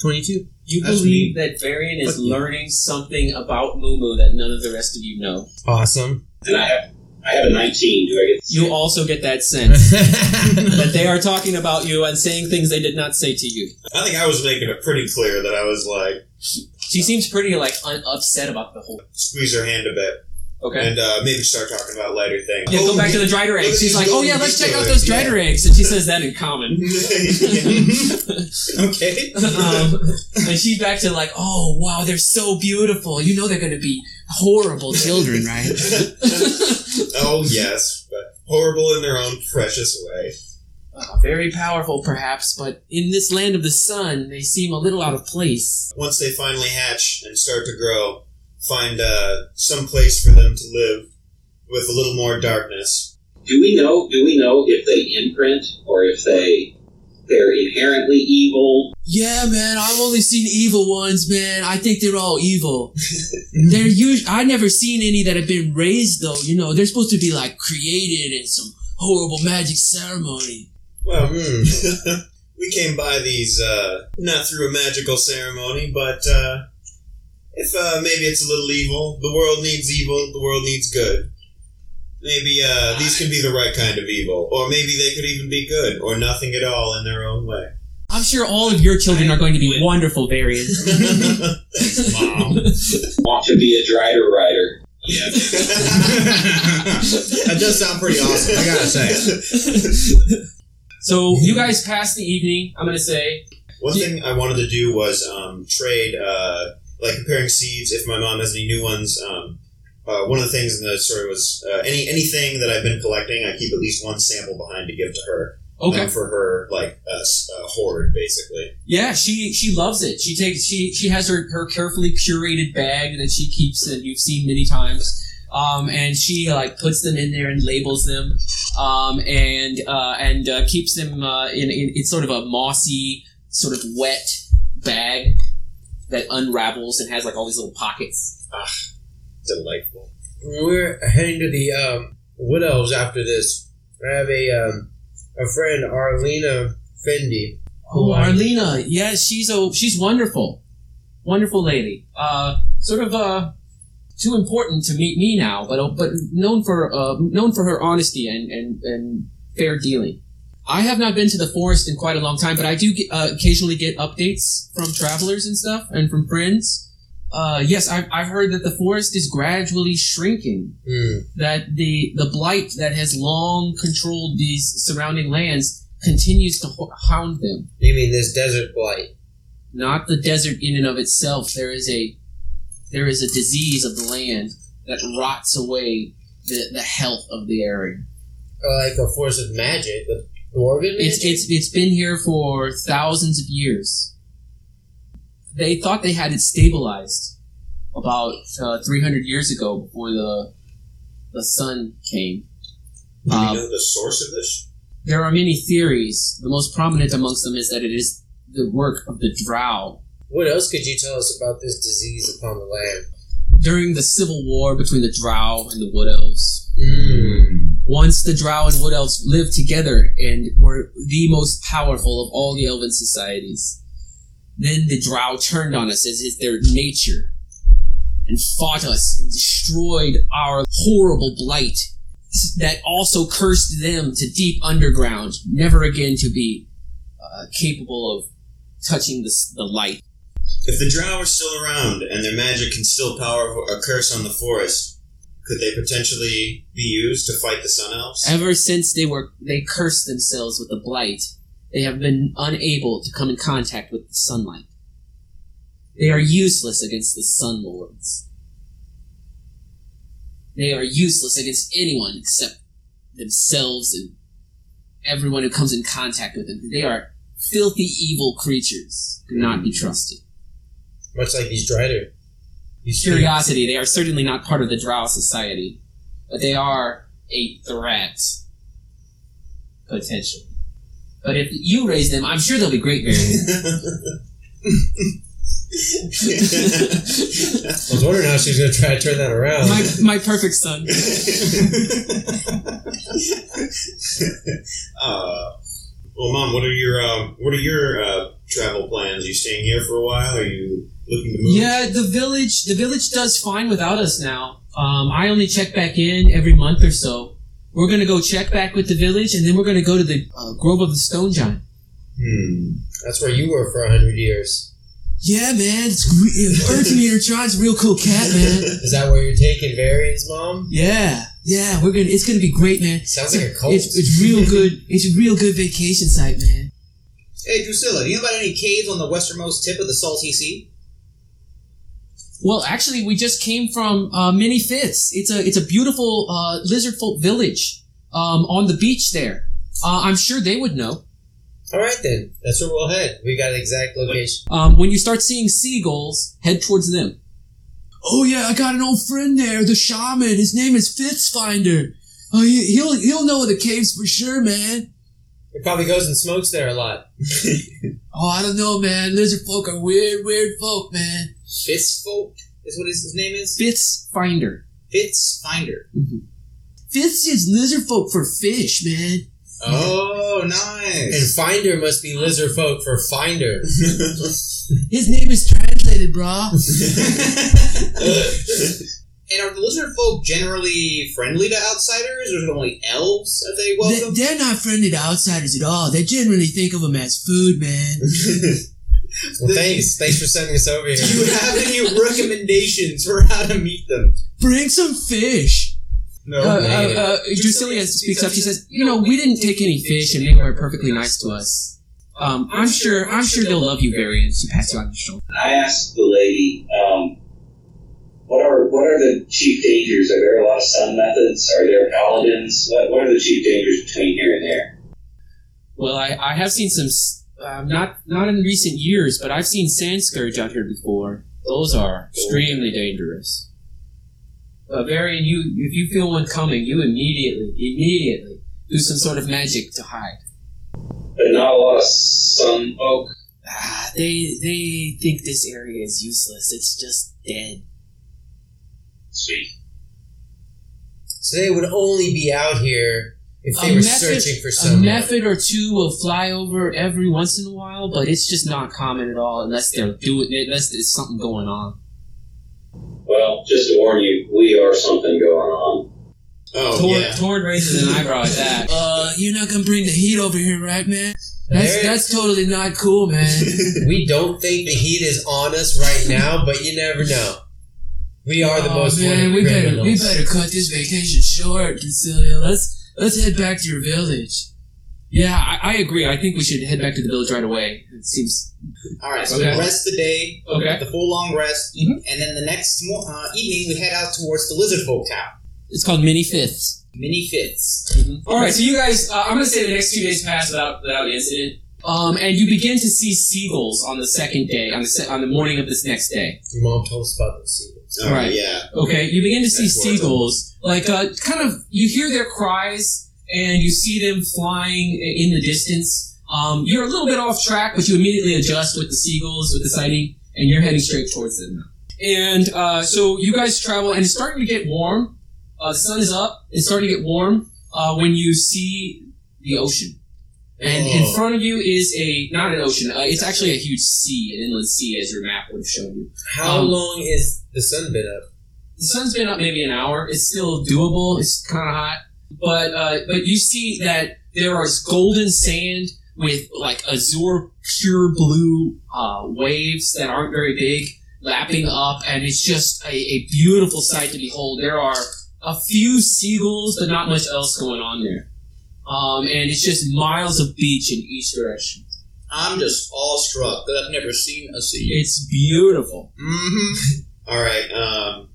S9: 22?
S1: You
S9: That's
S1: believe that Varian is
S9: Fuck you.
S1: learning something about Mumu that none of the rest of you know.
S9: Awesome.
S6: And I have I have a 19. Do I get
S1: You also get that sense that they are talking about you and saying things they did not say to you.
S4: I think I was making it pretty clear that I was like
S1: She seems pretty like un- upset about the whole.
S4: squeeze her hand a bit
S1: Okay.
S4: and uh, maybe start talking about lighter things. Oh,
S1: Yeah, go back to the drider eggs. She's like, oh yeah, let's check out those drider eggs, and she says that in common.
S9: okay.
S1: Um,
S2: And she's back to like, oh wow, they're so beautiful. You know they're gonna be horrible children, right?
S4: oh yes, but horrible in their own precious way.
S2: Uh, very powerful, perhaps, but in this land of the sun, they seem a little out of place.
S4: once they finally hatch and start to grow, find uh, some place for them to live with a little more darkness.
S6: Do we know? Do we know if they imprint or if they they're inherently evil?
S2: Yeah, man, I've only seen evil ones, man. I think they're all evil. they're usually, I've never seen any that have been raised, though. You know, they're supposed to be like created in some horrible magic ceremony.
S4: Well, hmm. we came by these uh, not through a magical ceremony, but uh, if uh, maybe it's a little evil, the world needs evil, the world needs good. Maybe uh, these can be the right kind of evil, or maybe they could even be good, or nothing at all in their own way.
S2: I'm sure all of your children are going to be wonderful, Varian.
S4: Thanks, Mom.
S6: Want to be a drider rider?
S11: Yeah.
S9: that does sound pretty awesome, I gotta say.
S2: so you guys pass the evening. I'm gonna say
S4: One thing I wanted to do was um, trade, uh, like comparing seeds. If my mom has any new ones, um, uh, one of the things in the story was uh, any anything that I've been collecting, I keep at least one sample behind to give to her
S2: okay.
S4: um, for her like uh, s- uh, hoard, basically.
S1: yeah, she she loves it. She takes she she has her her carefully curated bag that she keeps that you've seen many times. Um, and she like puts them in there and labels them, um, and uh, and uh, keeps them uh, in, in it's sort of a mossy, sort of wet bag that unravels and has like all these little pockets.
S4: Delightful.
S9: We're heading to the um, Wood Elves after this. I have a um, a friend, Arlena Fendi.
S2: Oh,
S9: Who are
S2: Arlena. Yeah, she's a she's wonderful, wonderful lady. Uh, sort of uh, too important to meet me now, but uh, but known for uh, known for her honesty and and and fair dealing. I have not been to the forest in quite a long time, but I do get, uh, occasionally get updates from travelers and stuff, and from friends. Uh, yes, I've, I've heard that the forest is gradually shrinking
S9: Hmm.
S2: that the the blight that has long controlled these surrounding lands continues to ho- hound them.
S9: You mean this desert blight?
S2: Not the desert in and of itself. There is a there is a disease of the land that rots away the, the health of the area.
S9: Like a force of magic? The dwarven magic?
S2: It's it's it's been here for thousands of years. They thought they had it stabilized about uh, 300 years ago before the the sun came.
S4: Do
S2: Um,
S4: we know the source of this?
S2: There are many theories. The most prominent amongst them is that it is the work of the Drow.
S9: what else could you tell us about this disease upon the land?
S2: During the civil war between the Drow and the Wood Elves,
S4: Hmm.
S9: Mm.
S2: once the Drow and Wood Elves lived together and were the most powerful of all the Elven societies, then the Drow turned on us as is their nature. and fought us and destroyed our horrible blight that also cursed them to deep underground, never again to be uh, capable of touching the, s- the light.
S4: If the drow are still around and their magic can still power a curse on the forest, could they potentially be used to fight the sun elves?
S2: Ever since they were they cursed themselves with the blight, they have been unable to come in contact with the sunlight. They are useless against the sun lords. They are useless against anyone except themselves and everyone who comes in contact with them. They are filthy evil creatures, cannot be trusted.
S3: Much like these Drider. These
S2: Curiosity, they are certainly not part of the Drow society, but they are a threat. Potential. But if you raise them, I'm sure they'll be great bears.
S3: I was wondering how she's going to try to turn that around.
S2: my, my perfect son.
S4: uh, well, mom, what are your um, what are your uh, travel plans? you staying here for a while? Are you looking to move?
S2: Yeah, the village the village does fine without us now. Um, I only check back in every month or so. We're gonna go check back with the village, and then we're gonna go to the uh, Grove of the Stone Giant.
S4: Hmm.
S3: That's where you were for a hundred years.
S1: Yeah, man. It's re- Earth Meter Tron's a real cool cat, man.
S3: Is that where you're taking Varys, Mom?
S1: Yeah, yeah. We're gonna. It's gonna be great, man.
S3: Sounds like a cult.
S1: It's, it's real good. It's a real good vacation site, man.
S5: Hey, Drusilla, do you know about any caves on the westernmost tip of the Salty Sea?
S2: Well, actually, we just came from uh, Mini Fits. It's a it's a beautiful uh, lizard folk village um, on the beach there. Uh, I'm sure they would know.
S3: All right then, that's where we'll head. We got an exact location.
S2: Um, when you start seeing seagulls, head towards them.
S1: Oh yeah, I got an old friend there, the shaman. His name is Fitzfinder. Oh, he, he'll he'll know the caves for sure, man.
S3: It probably goes and smokes there a lot.
S1: Oh, I don't know, man. Lizard folk are weird, weird folk, man.
S5: Fitzfolk is what his, his name is?
S2: Fitz Finder.
S5: Fitz Finder.
S1: Fitz is lizard folk for fish, man.
S5: Oh,
S3: And
S5: nice.
S3: finder must be lizard folk for finder.
S1: His name is translated, brah.
S5: And are the lizard folk generally friendly to outsiders, or is it only elves that they
S1: They,
S5: welcome?
S1: they're not friendly to outsiders at all. They generally think of them as food, man.
S3: Well, thanks, thanks for sending us over
S5: do you
S3: here.
S5: have any recommendations for how to meet them?
S1: Bring some fish.
S5: No.
S4: Oh,
S2: uh,
S3: man.
S2: uh, uh, Drusilla speaks up. She says, "You know, we didn't take any fish, and they were perfectly nice to us. Um, I'm sure, I'm sure they'll love you, Varian." She pats you on the shoulder.
S8: I asked the lady, um, what are what are the chief dangers? Are there a lot of sun methods? Are there paladins? What, what are the chief dangers between here and there?
S2: Well, I, I have seen some, s- uh, not not in recent years, but I've seen sand scourge out here before. Those are extremely dangerous. Uh, Varian, you if you feel one coming, you immediately immediately do some sort of magic to hide.
S8: But not a lot of sun folk.
S2: Ah, they they think this area is useless. It's just dead.
S6: Sweet.
S3: So they would only be out here if they were searching for
S2: a
S3: someone.
S2: method or two will fly over every once in a while, but it's just not common at all unless they're doing unless there's something going on.
S8: Well, just to warn you, we are something going on.
S4: Oh
S2: Tord,
S4: yeah.
S2: Tord raises an eyebrow at that.
S1: Uh, you're not gonna bring the heat over here, right, man?
S3: There
S1: That's
S3: it-
S1: that's totally not cool, man.
S3: we don't think the heat is on us right now, but you never know. We are the
S1: Oh,
S3: most
S1: man,
S3: wanted
S1: we better we
S3: criminals.
S1: better cut this vacation short, Cecilia. Let's let's head back to your village.
S2: Yeah, I, I agree. I think we should head back to the village right away. It seems
S5: All right, so
S2: Okay.
S5: we rest the day,
S2: okay.
S5: the full long rest,
S1: Mm-hmm.
S2: Mhm.
S5: and then the next mo- uh, evening we head out towards the lizard folk town.
S2: It's called mini fifths.
S5: Mini fits.
S2: All right, so you guys, uh, I'm gonna say the next two days pass without without incident. Um, and you begin to see seagulls on the second day, on the se- on the morning of this next day.
S3: Your mom told us about the secret.
S4: Oh,
S2: Right.
S4: Yeah.
S2: Okay, you begin to see
S4: That's horrible.
S2: seagulls, like uh, kind of. You hear their cries, and you see them flying i- in the distance. Um, you're a little bit off track, but you immediately adjust with the seagulls with the sighting, and you're heading straight towards them. now. And uh, so you guys travel, and it's starting to get warm. Uh, the sun is up. It's starting to get warm uh, when you see the ocean. And
S3: Oh.
S2: in front of you is a not an ocean. Uh, it's actually a huge sea, an inland sea, as your map would have shown you.
S3: How
S2: Um,
S3: long is the sun been up?
S2: The sun's been up maybe an hour. It's still doable. It's kind of hot, but uh, but you see that there is golden sand with like azure, pure blue uh, waves that aren't very big lapping up, and it's just a, a beautiful sight to behold. There are a few seagulls, but not much else going on there. Um, and it's just miles of beach in each direction.
S5: I'm just awestruck that I've never seen a sea.
S2: It's beautiful.
S5: Mm-hmm.
S4: All right. Um,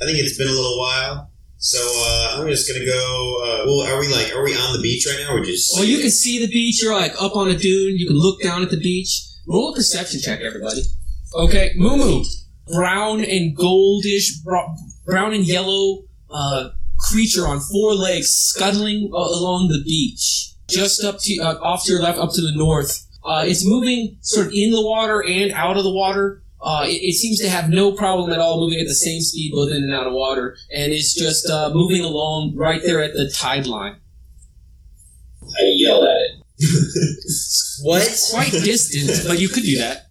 S4: I think it's been a little while, so uh, I'm just gonna go. Uh, well, are we like are we on the beach right now? Or just
S2: Well, you can see the beach. You're like up on a dune. You can look down at the beach. Roll a perception check, everybody. Okay, Mumu. Brown and goldish, bro- brown and yellow uh, creature on four legs scuttling uh, along the beach. Just up to uh, off to your left, up to the north. Uh, it's moving sort of in the water and out of the water. Uh, it, it seems to have no problem at all moving at the same speed both in and out of water, and it's just uh, moving along right there at the tide line.
S8: I yell at it.
S3: What?
S2: quite distant, but you could do that.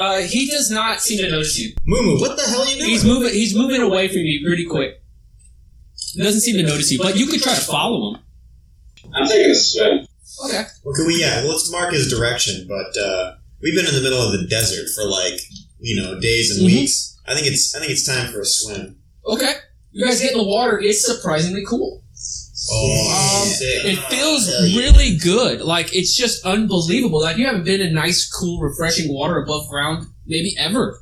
S2: Uh, he does not seem to notice you.
S5: Mumu, what the hell are you doing?
S2: He's moving. He's moving away from you pretty quick. Doesn't seem to notice you, but you could try to follow him.
S8: I'm taking a swim.
S2: Okay.
S4: Well, can we? Yeah. Well, let's mark his direction. But uh, we've been in the middle of the desert for like you know days and
S2: Mhm.
S4: weeks. I think it's I think it's time for a swim.
S2: Okay. You guys get in the water. It's surprisingly cool.
S4: Oh,
S2: Um,
S4: sick.
S2: It feels
S4: Hell yeah.
S2: really good. Like it's just unbelievable. Like you haven't been in nice, cool, refreshing water above ground maybe ever.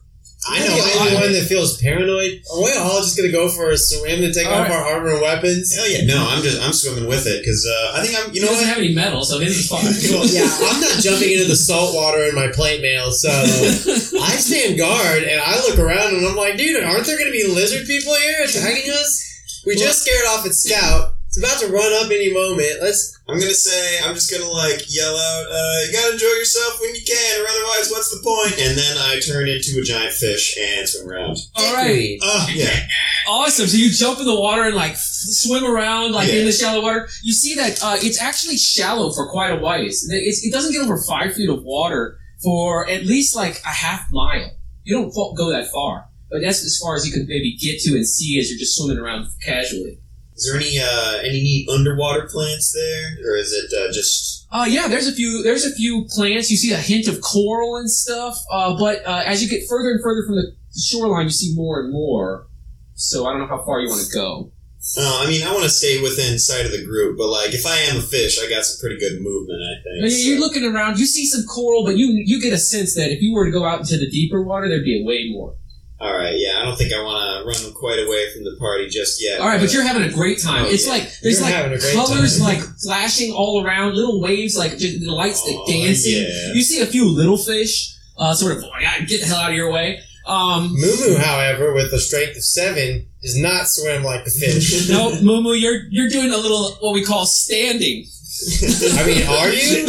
S4: I
S3: I
S4: know.
S3: know the
S4: I
S3: only
S4: know.
S3: one that feels paranoid. Are we all just gonna go for a swim and take
S2: All
S3: off
S2: right.
S3: our armor and weapons?
S4: Hell yeah! No, I'm just I'm swimming with it because uh, I think I'm. You know
S2: he doesn't
S4: what?
S2: have any metal, so his is fine.
S4: Well,
S3: Yeah, I'm not jumping into the salt water in my plate mail, so I stand guard and I look around and I'm like, dude, aren't there gonna be lizard people here attacking us? We just scared off at Scout. It's about to run up any moment. Let's
S4: I'm gonna say I'm just gonna like yell out. Uh, you gotta enjoy yourself when you can, or otherwise, what's the point? And then I turn into a giant fish and swim around.
S2: All right.
S4: Oh yeah.
S2: Awesome. So you jump in the water and like f- swim around like
S4: Yeah.
S2: in the shallow water. You see that uh, it's actually shallow for quite a while. It's, it's- it doesn't get over five feet of water for at least like a half mile. You don't fa- go that far, but that's as far as you can maybe get to and see as you're just swimming around casually.
S4: Is there any uh, any neat underwater plants there, or is it uh, just?
S2: Uh, yeah, there's a few there's a few plants. You see a hint of coral and stuff, uh, but uh, as you get further and further from the shoreline, you see more and more. So I don't know how far you want to go.
S4: Uh, I mean, I want to stay within sight of the group, but like if I am a fish, I got some pretty good movement. I think.
S2: Yeah, you're
S4: so.
S2: looking around. You see some coral, but you you get a sense that if you were to go out into the deeper water, there'd be a way more.
S4: All right. Yeah, I don't think I want to run quite away from the party just yet.
S2: All right, but you're having a great time.
S4: Oh,
S2: it's
S4: yeah.
S2: like there's
S3: You're having a
S2: like
S3: great
S2: colors
S3: time.
S2: like flashing all around, little waves like just the lights that
S3: Oh,
S4: Aw,
S2: dancing.
S4: yeah.
S2: You see a few little fish, uh, sort of "Yeah, get the hell out of your way. Um,
S3: Mumu, however, with a strength of seven, does not swim like a fish.
S2: no, Mumu, you're you're doing a little what we call standing.
S3: I mean, are you?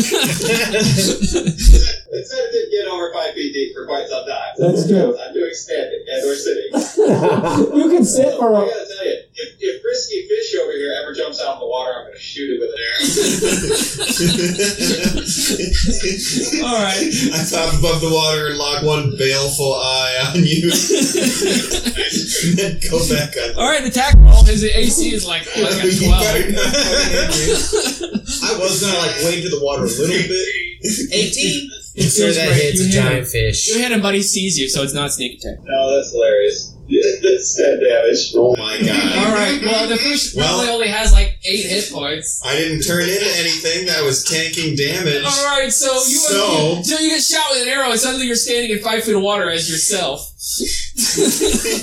S8: It said it didn't get over five feet deep for quite some time.
S12: That's true.
S8: I'm doing standing and we're sitting.
S12: you can sit
S8: I
S12: for a.
S8: gotta tell you, if, if Frisky Fish over here ever jumps out of the water, I'm gonna shoot it with an arrow.
S2: All right.
S4: I top above the water and lock one baleful eye on you. then go back on.
S2: All right, attack roll. His AC is like, like a
S4: You
S2: 12.
S4: better not have an angry-
S3: I was gonna like wade to the water a little bit.
S5: 18.
S3: I'm sure
S2: feels
S3: that
S2: great. You
S3: hits a
S2: hit
S3: giant fish.
S2: You hit him, but he sees you, so it's not sneak attack.
S8: No, that's hilarious. that's dead damage.
S4: Oh my god.
S2: All right. Well, the fish
S4: Well-
S2: probably only has like eight hit points.
S4: I didn't turn into anything. That was tanking damage.
S2: All right. So you
S4: So-
S2: so you get shot with an arrow, and suddenly you're standing in five feet of water as yourself.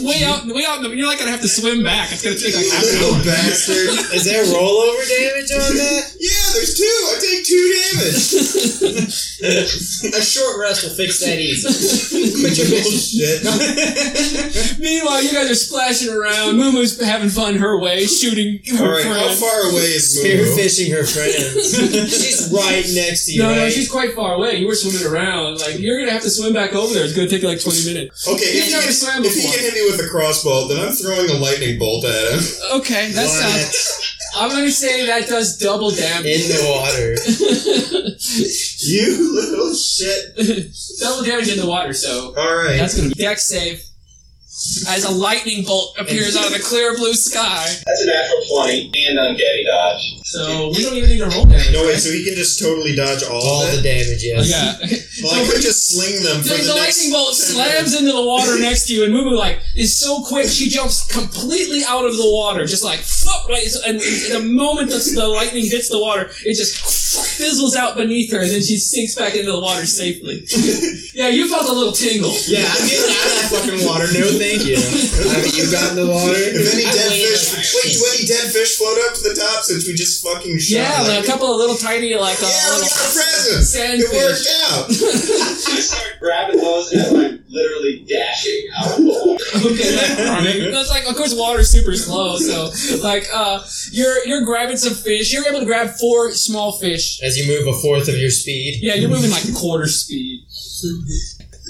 S2: way out, way out. in the- You're not gonna have to swim back. It's gonna take like half an
S4: Little
S2: hour.
S4: bastard.
S3: Is there rollover damage on that?
S4: Yeah, there's two. I take two damage.
S5: A short rest will fix that easy.
S4: Bullshit.
S2: Meanwhile, you guys are splashing around. Mumu's having fun her way, shooting her
S4: All right, how
S2: friend.
S4: far away is Mumu?
S3: Spearfishing her friends. she's right next to you,
S2: No,
S3: right?
S2: no, she's quite far away. You were swimming around. Like you're gonna have to swim back over there. It's gonna take you like 20 minutes.
S4: Okay,
S2: You've
S4: if he,
S2: never
S4: can,
S2: swam
S4: if he
S2: before.
S4: can hit me with a crossbow, then I'm throwing a lightning bolt at him.
S2: Okay, that
S3: What?
S2: sounds. I'm gonna say that does double damage.
S3: in the water.
S4: You little shit.
S2: double damage in the water, so
S4: All right.
S2: that's gonna be deck save. As a lightning bolt appears out of the clear blue sky,
S8: That's a natural 20 and uncanny dodge.
S2: so we don't even need to roll damage.
S4: No wait,
S2: right?
S4: so he can just totally dodge all,
S3: All
S4: of
S3: the
S4: it.
S3: damage, yes.
S2: Yeah.
S4: Well, I could just sling them
S2: The,
S4: for
S2: the
S4: the, next.
S2: lightning bolt
S4: 10
S2: slams into the water next to you, and Mumu like is so quick she jumps completely out of the water, just like fuck. Right, and the moment the, the lightning hits the water, it just fizzles out beneath her, and then she sinks back into the water safely. yeah, you felt a little tingle.
S3: Yeah, I'm getting out of that fucking water. No, thank you. Haven't you gotten the water?
S4: If any
S5: I
S4: dead
S5: waited
S4: fish,
S5: like
S4: wait, do any dead fish float up to the top since we just fucking shot?
S2: Yeah,
S4: lightning?
S2: like a couple of little tiny like uh,
S4: Yeah, we
S2: little
S4: got a present. It worked
S2: sandfish.
S4: out.
S8: I start grabbing those and I'm literally dashing out of the water.
S2: Okay, like, that's like of course water's super slow, so like uh, you're you're grabbing some fish. You're able to grab four small fish.
S3: As you move a fourth of your speed.
S2: Yeah, you're moving like quarter speed.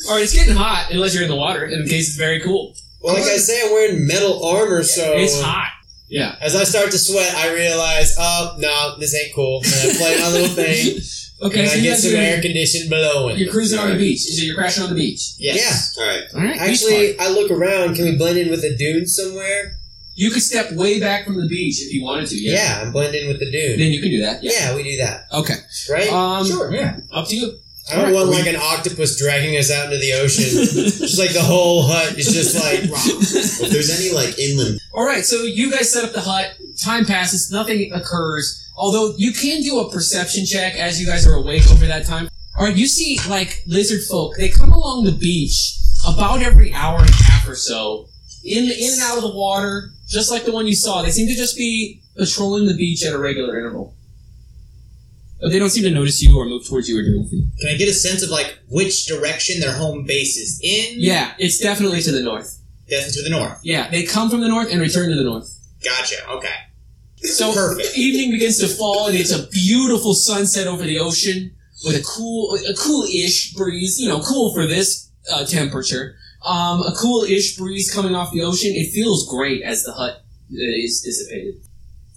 S2: All right, it's getting hot unless you're in the water. In case it's very cool,
S3: Well, like I say, I'm wearing metal armor, so.
S2: it's hot. Yeah,
S3: As I start to sweat, I realize, oh, no, this ain't cool. And I play my little thing,
S2: okay.
S3: and
S2: So
S3: I
S2: you
S3: get
S2: guys
S3: some
S2: are
S3: air conditioned blowing.
S2: you're cruising on the beach. So you're crashing on the beach.
S3: Yes.
S4: All right.
S2: All right,
S3: Actually, I look around. Can we blend in with the dune somewhere?
S2: you could step way back from the beach if you wanted to. Yeah,
S3: I'm blending with the dune.
S2: then you can do that.
S3: Yeah,
S2: Yeah,
S3: we do that,
S2: okay.
S3: right?
S2: Um,
S3: yeah.
S2: Up to you.
S3: I don't
S2: Alright,
S3: want
S2: we-
S3: like an octopus dragging us out into the ocean. just like the whole hut is just like
S4: If there's any like inland,
S2: All right, so you guys set up the hut. Time passes, nothing occurs. Although you can do a perception check as you guys are awake over that time. All right, you see like lizard folk. They come along the beach about every hour and a half or so, in in and out of the water, just like the one you saw. They seem to just be patrolling the beach at a regular interval. But they don't seem to notice you or move towards you or do anything.
S5: Can I get a sense of like which direction their home base is in?
S2: Yeah, it's definitely to the north.
S5: Death to the north.
S2: Yeah, they come from the north and return to the north.
S5: Gotcha. Okay.
S2: So
S5: Perfect.
S2: evening begins to fall, and it's a beautiful sunset over the ocean with a cool, a cool-ish breeze. You know, cool for this uh, temperature. Um, a cool-ish breeze coming off the ocean. It feels great as the hut is dissipated.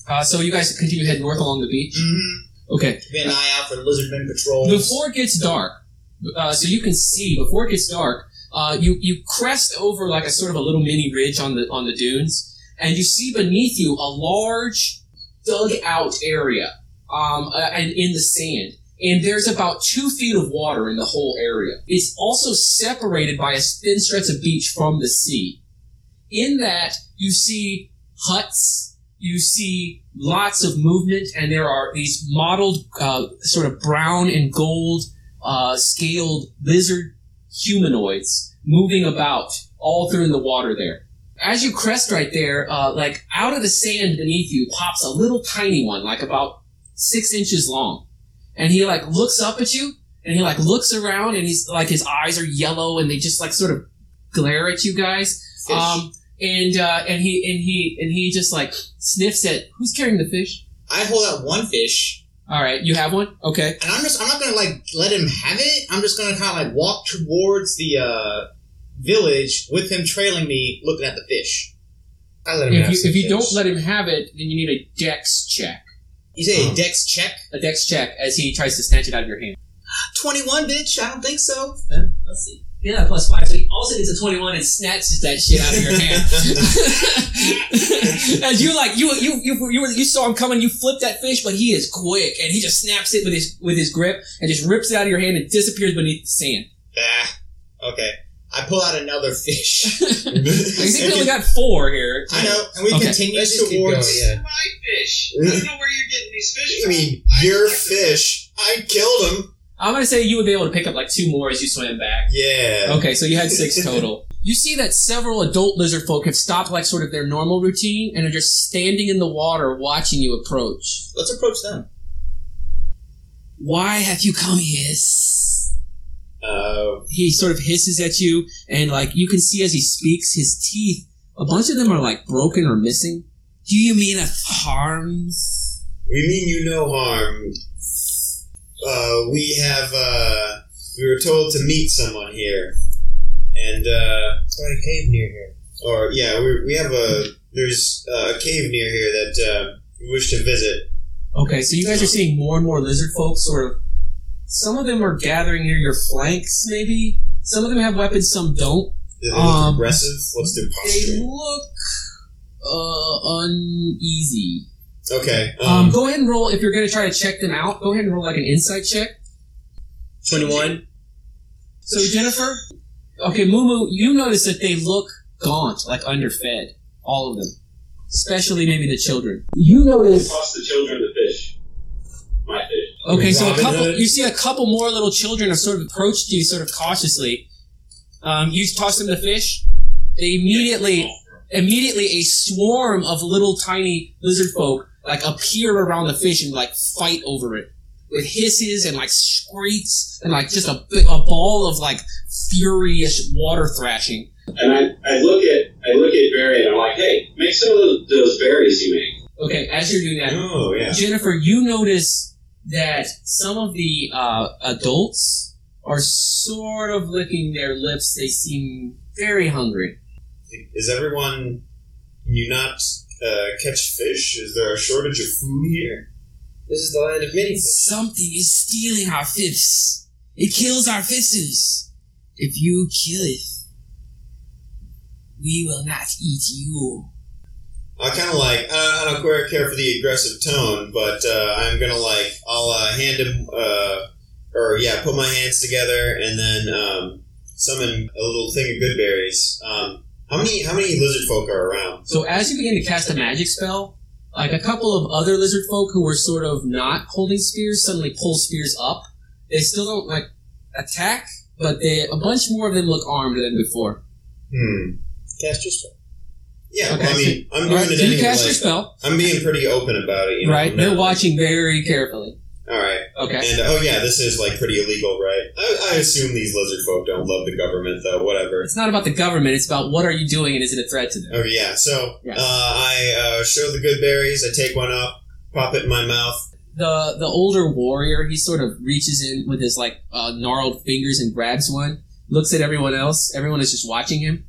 S2: Uh, so you guys continue head north along the beach.
S5: Mm-hmm.
S2: Okay.
S5: Keep an eye out for lizardmen patrols.
S2: Before it gets dark, uh, so you can see before it gets dark. Uh, you you crest over like a sort of a little mini ridge on the on the dunes, and you see beneath you a large dug out area, um, uh, and in the sand. And there's about two feet of water in the whole area. It's also separated by a thin stretch of beach from the sea. In that, you see huts, you see lots of movement, and there are these mottled, uh, sort of brown and gold, uh, scaled lizard humanoids moving about all through in the water there. As you crest right there, uh, like out of the sand beneath you pops a little tiny one, like about six inches long. And he like looks up at you and he like looks around and he's like his eyes are yellow and they just like sort of glare at you guys. Um, and, uh, and he, and he, and he just like sniffs at who's carrying the fish?
S5: I hold out one fish,
S2: All right. You have one? Okay.
S5: and I'm just I'm not gonna like let him have it. I'm just gonna kind of like walk towards the uh, village with him trailing me, looking at the fish.
S3: I let him
S2: If
S3: have
S2: you,
S3: some
S2: if you
S3: fish.
S2: don't let him have it, then you need a dex check.
S5: You say
S3: Oh.
S2: Um.
S5: a dex check?
S2: A dex check as he tries to snatch it out of your hand.
S5: Twenty one, bitch. I don't think so.
S2: Let's see. Yeah, plus five. So he also gets a twenty-one and snatches that shit out of your hand. As you like, you you you you, were, you saw him coming. You flip that fish, but he is quick, and he just snaps it with his with his grip and just rips it out of your hand and disappears beneath the sand.
S5: Bah. Okay. I pull out another fish.
S2: I think we only got four here.
S5: I know, and we
S2: Okay.
S5: continue
S3: Let's just keep
S4: Oh,
S3: going,
S5: towards.
S3: yeah.
S6: My fish. I don't know where you're getting these fish
S4: I
S6: from.
S4: mean, your fish. I killed him.
S2: I'm gonna say you would be able to pick up like two more as you swim back.
S4: Yeah.
S2: Okay, so you had six total. You see that several adult lizard folk have stopped like sort of their normal routine and are just standing in the water watching you approach.
S5: Let's approach them.
S2: Why have you come here?
S4: Uh,
S2: He sort of hisses at you and like you can see as he speaks his teeth, a bunch of them are like broken or missing. Do you mean of harms?
S4: we mean you no harm. Uh, we have. Uh, we were told to meet someone here, and uh,
S3: Or a cave near here.
S4: or yeah, we we have a there's uh, a cave near here that uh, we wish to visit.
S1: Okay, so you guys are seeing more and more lizard folk sort of. Some of them are gathering near your flanks, maybe. Some of them have weapons, some don't.
S4: Do they look
S1: Um,
S4: aggressive? What's their
S1: They
S4: posture?
S1: look uh, uneasy.
S4: Okay.
S1: Um,
S4: Um,
S1: go ahead and roll if you're going to try to check them out. Go ahead and roll like an insight check. Twenty-one. So Jennifer, okay, Mumu, you notice that they look gaunt, like underfed, all of them, especially maybe the children.
S13: You notice
S6: Toss the children the fish. My fish.
S1: Okay, so a
S2: Robin
S1: couple,
S2: Hood.
S1: you see a couple more little children have sort of approached you, sort of cautiously. Um, you toss them the fish. They immediately, immediately, a swarm of little tiny lizard folk like appear around the fish and like fight over it with hisses and like squeaks and like just a bi- a ball of like furious water thrashing.
S6: And I, I look at I look at Barry and I'm like, hey, make some of those, those berries you make.
S1: Okay, as you're doing that,
S4: oh, yeah.
S1: Jennifer, you notice that some of the uh, adults are sort of licking their lips. They seem very hungry.
S4: Is everyone. Can you not uh, catch fish? Is there a shortage of food here?
S2: This is the land of many fish.
S14: Something is stealing our fifths. It kills our fifths. If you kill it, we will not eat you.
S4: I kind of like. I, I don't care- care for the aggressive tone, but uh, I'm going to like. I'll uh, hand him. Uh, or, yeah, put my hands together and then um, summon a little thing of good berries. Um, how many how many lizard folk are around?
S1: So as you begin to cast a magic spell, like a couple of other lizard folk who were sort of not holding spears suddenly pull spears up. They still don't like attack, but they a bunch more of them look armed than before.
S4: Hmm.
S15: Cast your spell.
S4: Yeah,
S1: Okay,
S4: well, I mean, I'm
S1: All
S4: doing
S1: right, so
S4: it
S1: you
S4: anyway.
S1: cast your
S4: like,
S1: spell,
S4: I'm being pretty open about it, you know.
S1: right?
S4: I'm
S1: They're
S4: not-
S1: watching very carefully.
S4: All right.
S1: Okay.
S4: And oh yeah, this is like pretty illegal, right? I, I assume these lizard folk don't love the government, though. Whatever.
S1: It's not about the government. It's about what are you doing and is it a threat to them?
S4: Okay, Oh, yeah. So
S1: Yeah.
S4: Uh, I uh, show the good berries. I take one up, pop it in my mouth.
S1: the the older warrior he sort of reaches in with his like uh, gnarled fingers and grabs one looks at everyone else everyone is just watching him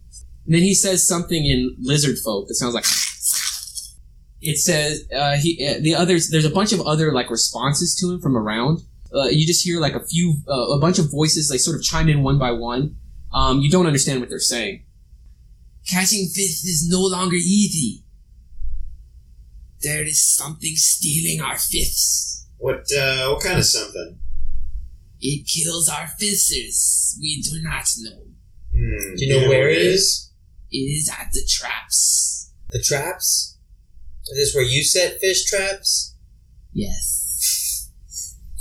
S1: and then he says something in lizard folk that sounds like it says uh, he uh, the others there's a bunch of other like responses to him from around uh, you just hear like a few uh, a bunch of voices they sort of chime in one by one um, you don't understand what they're saying
S14: Catching fifths is no longer easy. There is something stealing our fifths.
S4: What uh, what kind of something?
S14: It kills our fifths. We do not know.
S4: Hmm.
S15: Do you know where it is?
S14: It is at the traps.
S2: The traps? Is this where you set fish traps?
S14: Yes.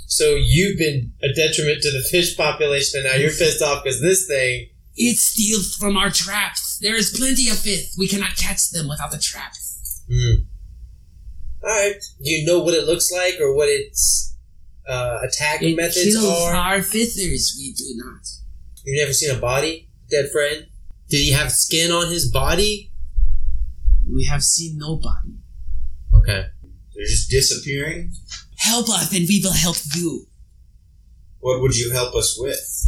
S2: So you've been a detriment to the fish population, and now you're pissed off because this thing.
S14: It steals from our traps. There is plenty of fifths. We cannot catch them without the traps.
S2: Hmm. All right. Do you know what it looks like or what its uh, attack
S14: It
S2: methods
S14: kills
S2: are?
S14: our fifths. We do not.
S2: You've never seen a body, dead friend. Did he have skin on his body?
S14: We have seen nobody.
S2: Okay.
S4: They're just disappearing.
S14: Help us and we will help you.
S4: What would you help us with?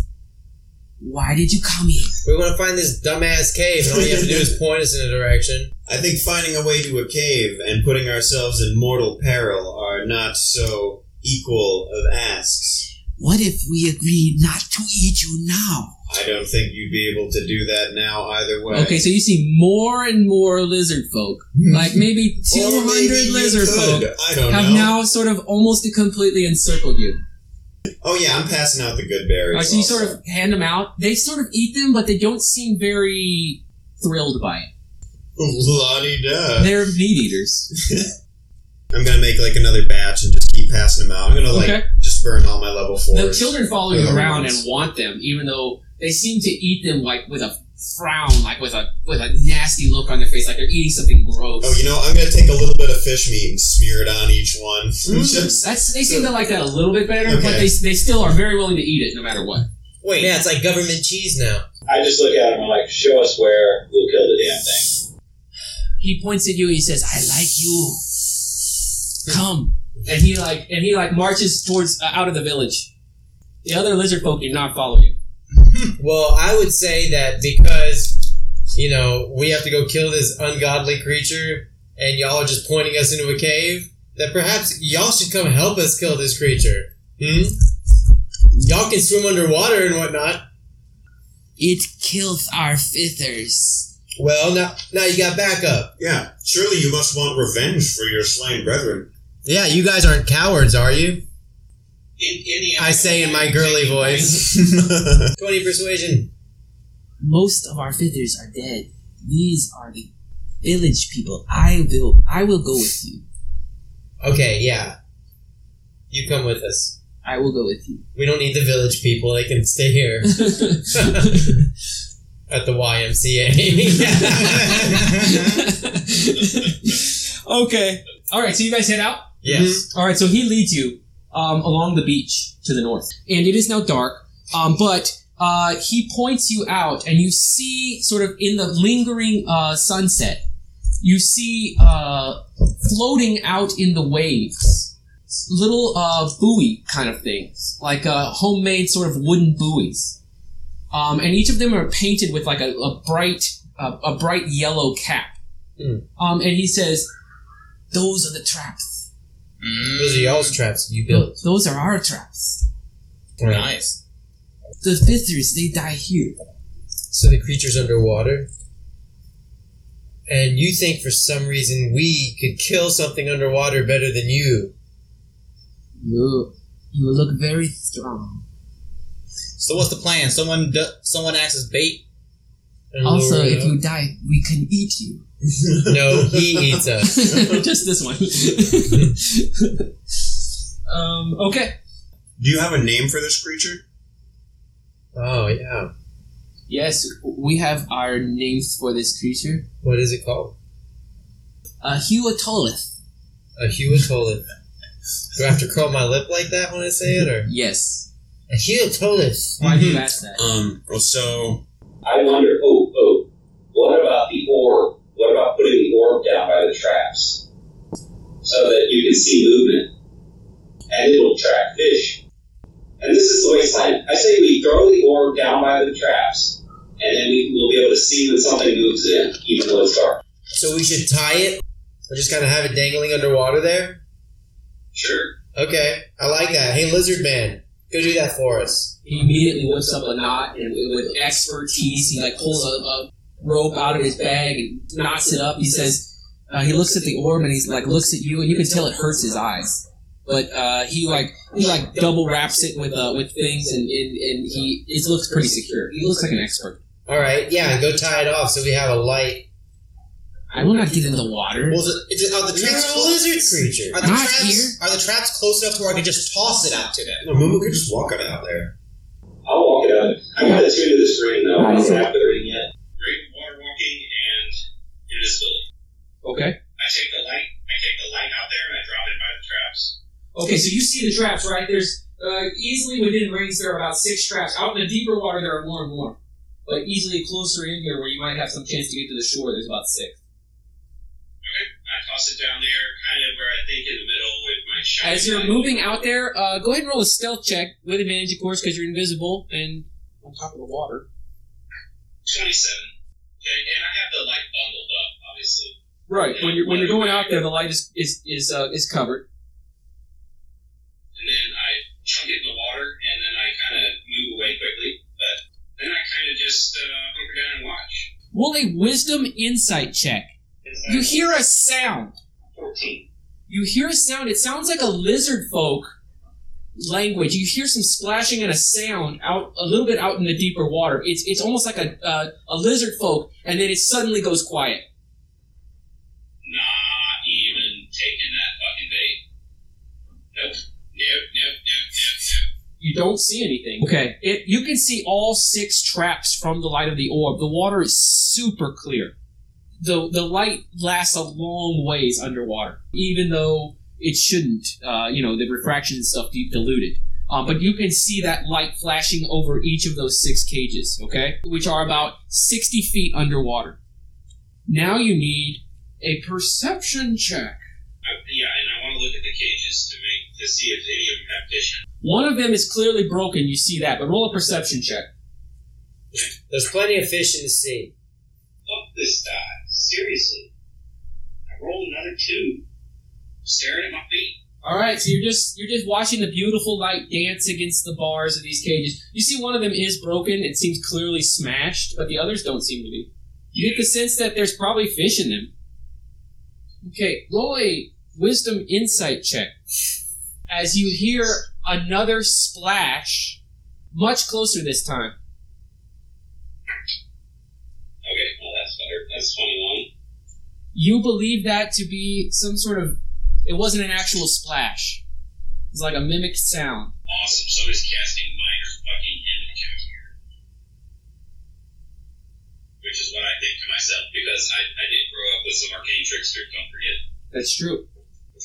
S14: Why did you come here?
S2: We want to find this dumbass cave, and all you have to do is point us in a direction.
S4: I think finding a way to a cave and putting ourselves in mortal peril are not so equal of asks.
S14: What if we agree not to eat you now?
S4: I don't think you'd be able to do that now either way.
S1: okay so you see more and more lizard folk
S4: Hmm.
S1: like maybe 200 lizard folk
S4: I don't
S1: have
S4: know.
S1: now sort of almost completely encircled you.
S4: oh yeah, I'm passing out the good berries.
S1: Uh, so you
S4: also.
S1: sort of hand them out. They sort of eat them, but they don't seem very thrilled by it.
S4: La-di-da.
S1: They're meat eaters.
S4: I'm gonna make like another batch and just keep passing them out. I'm gonna like
S1: Okay.
S4: just burn all my level fours.
S1: The children follow you
S4: They're the
S1: around and
S4: ones.
S1: want them, even though they seem to eat them like with a frown, like with a with a nasty look on their face, like they're eating something gross.
S4: Oh, you know, I'm gonna take a little bit of fish meat and smear it on each one. Just-
S1: That's, they seem to like that a little bit better, but
S4: Okay.
S1: they, they still are very willing to eat it no matter what.
S2: Wait, yeah, it's like government cheese now.
S6: I just look at him and I'm like, show us where we'll kill the damn thing.
S1: he points at you and he says, "I like you. Come." And he like and he like marches towards uh, out of the village. The other lizard folk do not follow you.
S2: Well, I would say that because you know we have to go kill this ungodly creature,
S4: and y'all are just pointing us into a cave, that perhaps y'all should come help us kill this creature. Hmm? Y'all can swim underwater and whatnot.
S16: It killeth our fithers.
S4: Well, now, now you got backup.
S17: Yeah, surely you must want revenge for your slain brethren.
S4: Yeah, you guys aren't cowards, are you?
S6: In, in the
S4: I say in my girly voice. 20 persuasion.
S16: Most of our fithers are dead. These are the village people. I will I will go with you.
S4: Okay, yeah. You come with us.
S16: I will go with you.
S4: We don't need the village people. They can stay here. At the YMCA.
S1: okay. All right. So you guys head out.
S4: yes.
S1: All right, so he leads you um, along the beach to the north, and it is now dark. Um, but uh, he points you out, and you see sort of in the lingering uh, sunset, you see uh, floating out in the waves little uh, buoy kind of things, like uh, homemade sort of wooden buoys, um, and each of them are painted with like a, a bright uh, a bright yellow cap.
S4: Hmm.
S1: Um, and he says, "Those are the traps."
S4: Those are y'all's traps you built.
S16: Those are our traps.
S1: Mm,
S18: Nice.
S16: The fithers, they die here.
S4: So the creature's underwater. And you think for some reason we could kill something underwater better than you.
S16: You you look very strong.
S18: So what's the plan? Someone d- someone acts as bait.
S4: And
S16: Also,
S4: lure
S16: if
S4: you
S16: you die, we can eat you.
S4: up. No, he eats us.
S1: Just this one. um, okay.
S17: Do you have a name for this creature?
S4: Oh, yeah.
S16: Yes, we have our names for this creature.
S4: What is it called?
S16: Uh, Huatolith.
S4: A Huatolith. Do I have to curl my lip like that when I say it, or?
S16: Yes.
S4: A Huatolith.
S1: Why do
S16: Mm-hmm.
S1: you ask that?
S17: Um, well, so
S19: I wonder, oh, oh, what about the orb? What about putting the orb down by the traps so that you can see movement and it'll attract fish? And this is the waistline. I say we throw the orb down by the traps and then we will be able to see when something moves in, even though it's dark.
S4: So we should tie it? Or just kind of have it dangling underwater there?
S19: Sure.
S4: Okay, I like that. Hey, Lizard Man, go do that for us.
S1: He immediately whips up a knot, and with expertise, he like pulls a, a rope out of his bag and knots it up. He says, uh, he looks at the orb and he's like looks at you, and you can tell it hurts his eyes. But uh, he like he like double wraps it with uh, with things, and, and, and he it looks pretty secure. He looks like an expert.
S4: All right, yeah, go tie it off so we have a light.
S16: I will not get in the water.
S18: Well, the, is it- are the
S4: You're
S18: traps
S4: a
S18: clo-
S4: lizard creature.
S18: Are the
S16: Not
S18: traps
S16: here.
S18: are the traps close enough to where I can just toss it out to them?
S17: no, Mumu could just walk it out there.
S19: I'll walk it out. I'm going to tune to this ring though. I don't have the ring yet.
S6: Great water walking and invisibility.
S1: Okay.
S6: I take the light. I take the light out there and I drop it by the traps.
S1: Okay, so you see the traps, right? There's uh, easily within range there are about six traps. Out in the deeper water, there are more and more. But easily closer in here, where you might have some chance to get to the shore, there's about six.
S6: I toss it down there, kind of where I think in the middle with my shiny
S1: As you're
S6: light.
S1: moving out there, uh, go ahead and roll a stealth check with advantage, of course, because you're invisible and on top of the water.
S6: Twenty-seven. Okay, and I have the light bundled up, obviously.
S1: Right. When you're when you're going out there, the light is is is, uh, is covered.
S6: and then I chuck it in the water, and then I kind of move away quickly. But then I kind of just uh, hunker down and watch.
S1: Roll a wisdom insight check. You hear a sound.
S6: fourteen.
S1: You hear a sound. It sounds like a lizard folk language. You hear some splashing and a sound out a little bit out in the deeper water. It's it's almost like a uh, a lizard folk, and then it suddenly goes quiet.
S6: Not even taking that fucking bait. Nope. Nope. Nope. Nope. Nope. Nope.
S1: You don't see anything. Okay. It you can see all six traps from the light of the orb. The water is super clear. The the light lasts a long ways underwater, even though it shouldn't. Uh, you know the refraction and stuff de- diluted. Um, but you can see that light flashing over each of those six cages, okay? Which are about 60 feet underwater. Now you need a perception check.
S6: I, yeah, and I want to look at the cages to make to see if any of them have fish. in them.
S1: One of them is clearly broken, you see that, but roll a perception check.
S4: There's plenty of fish in the sea.
S6: Fuck this guy. Seriously. I roll another two. Staring at my feet.
S1: All right, so you're just you're just watching the beautiful light dance against the bars of these cages. You see one of them is broken; it seems clearly smashed, but the others don't seem to be. You get the sense that there's probably fish in them. Okay, roll a wisdom insight check as you hear another splash, much closer this time.
S6: Okay, well, that's better. That's 21.
S1: You believe that to be some sort of. It wasn't an actual splash. It's like a mimic sound.
S6: Awesome. Somebody's casting minor fucking image out here. Which is what I think to myself because I, I did grow up with some arcane trickster, don't forget.
S1: That's true.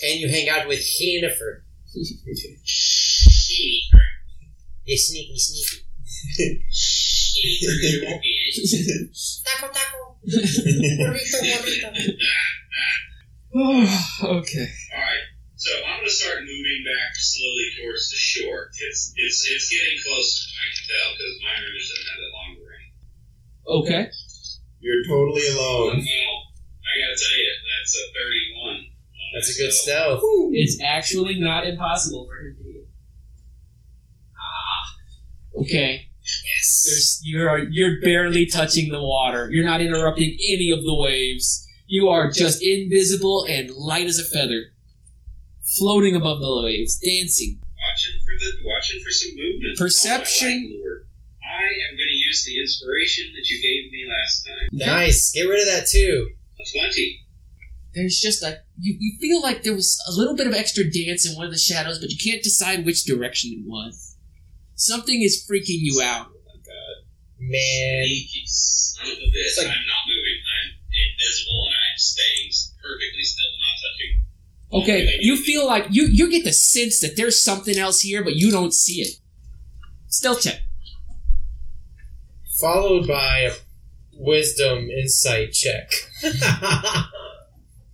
S4: And you hang out with Hannaford.
S6: He,
S4: You sneaky, sneaky.
S6: he,
S4: Taco, taco.
S1: okay.
S6: Alright, so I'm gonna start moving back slowly towards the shore. It's it's it's getting closer, I can tell, because my image doesn't have that long of a range.
S1: Okay.
S20: You're totally
S6: Well,
S20: alone.
S6: I gotta tell you, that's a 31.
S4: That's a good
S6: So-
S4: stealth.
S1: It's actually not impossible for him to do. Ah. Okay. Yes. you're you're barely touching the water. You're not interrupting any of the waves. You are just invisible and light as a feather, floating above the waves, dancing.
S6: Watching for the watching for some movement.
S1: Perception.
S6: Oh, I, like lure. I am going to use the inspiration that you gave me last time.
S4: Nice. Get rid of that too.
S6: Twenty.
S1: There's just a you, you feel like there was a little bit of extra dance in one of the shadows, but you can't decide which direction it was. Something is freaking you out.
S4: Man.
S6: Sneaky son of a bitch!
S4: It's like-
S6: I'm not moving. I'm invisible and I'm staying perfectly still, not touching.
S1: Okay, you feel like you you get the sense that there's something else here, but you don't see it. Stealth check.
S4: Followed by a wisdom insight check.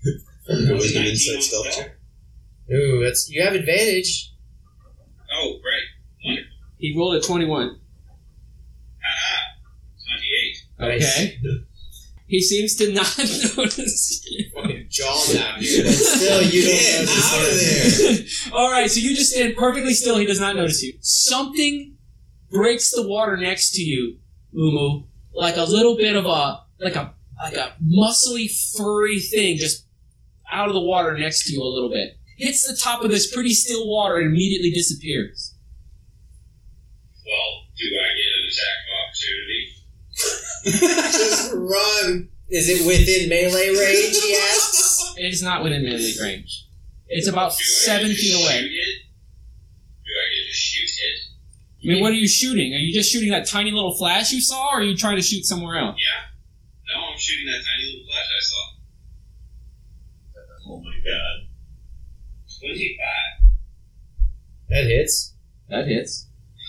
S20: It was an
S6: 19
S20: insight stealth
S6: on stealth.
S20: check.
S4: Ooh, that's you have advantage.
S6: Oh, right. Wonderful.
S1: He rolled a twenty-one.
S6: Haha. Twenty-eight.
S1: Okay. He seems to not notice.
S4: Fucking jaw
S6: down
S4: here. Still, you don't
S20: Get
S4: notice
S20: out of
S4: that.
S20: there.
S1: All right, so you just stand perfectly still. He does not notice you. Something breaks the water next to you, Umu, like a little bit of a like a like a muscly furry thing just out of the water next to you a little bit. Hits the top of this pretty still water and immediately disappears.
S6: Well, do I get an attack of opportunity?
S20: Just run.
S4: Is it within melee range? He asks.
S1: It is not within melee range. It's about seven feet
S6: Do I get
S1: away.
S6: to shoot it?
S1: I mean, what are you shooting? Are you just shooting that tiny little flash you saw, or are you trying to shoot somewhere else?
S6: Yeah. No, I'm shooting that tiny little flash I saw.
S20: Oh my god.
S6: 25.
S4: That hits.
S1: That hits.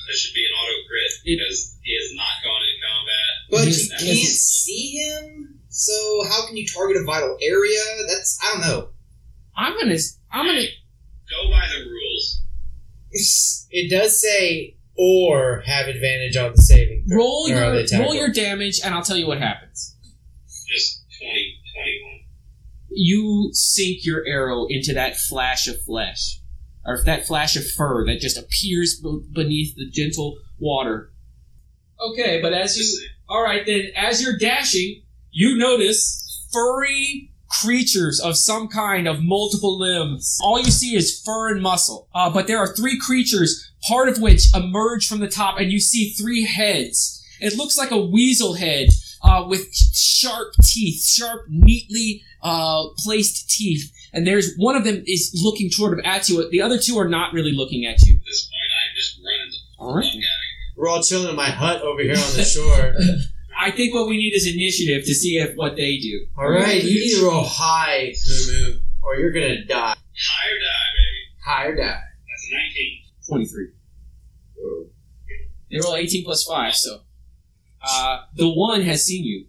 S6: That should be an auto crit
S1: It-
S6: because he has not gone in combat.
S21: But you
S1: Yes,
S21: can't
S1: yes.
S21: see him, so how can you target a vital area? That's I don't know.
S1: I'm gonna. I'm gonna.
S6: Go by the rules.
S4: It does say or have advantage on the saving. throw.
S1: Roll
S4: Or
S1: your
S4: the attack
S1: roll
S4: roll.
S1: your damage, and I'll tell you what happens.
S6: Just 20, 21.
S1: You sink your arrow into that flash of flesh, or that flash of fur that just appears b- beneath the gentle water. Okay, but as you All right, then, as you're dashing, you notice furry creatures of some kind of multiple limbs. All you see is fur and muscle. Uh, but there are three creatures, part of which emerge from the top, and you see three heads. It looks like a weasel head uh, with sharp teeth, sharp, neatly uh, placed teeth. And there's one of them is looking toward at you. The other two are not really looking at you.
S6: At this point, I'm just running the
S1: All right.
S6: fuck out of
S4: We're all chilling in my hut over here on the shore.
S1: I think what we need is initiative to see if what they do.
S4: all right, you need to roll high, Mumu, or you're gonna die.
S6: High or die, baby.
S4: High or die.
S6: That's a 19.
S1: 23. They roll 18 plus 5, so. Uh, the one has seen you.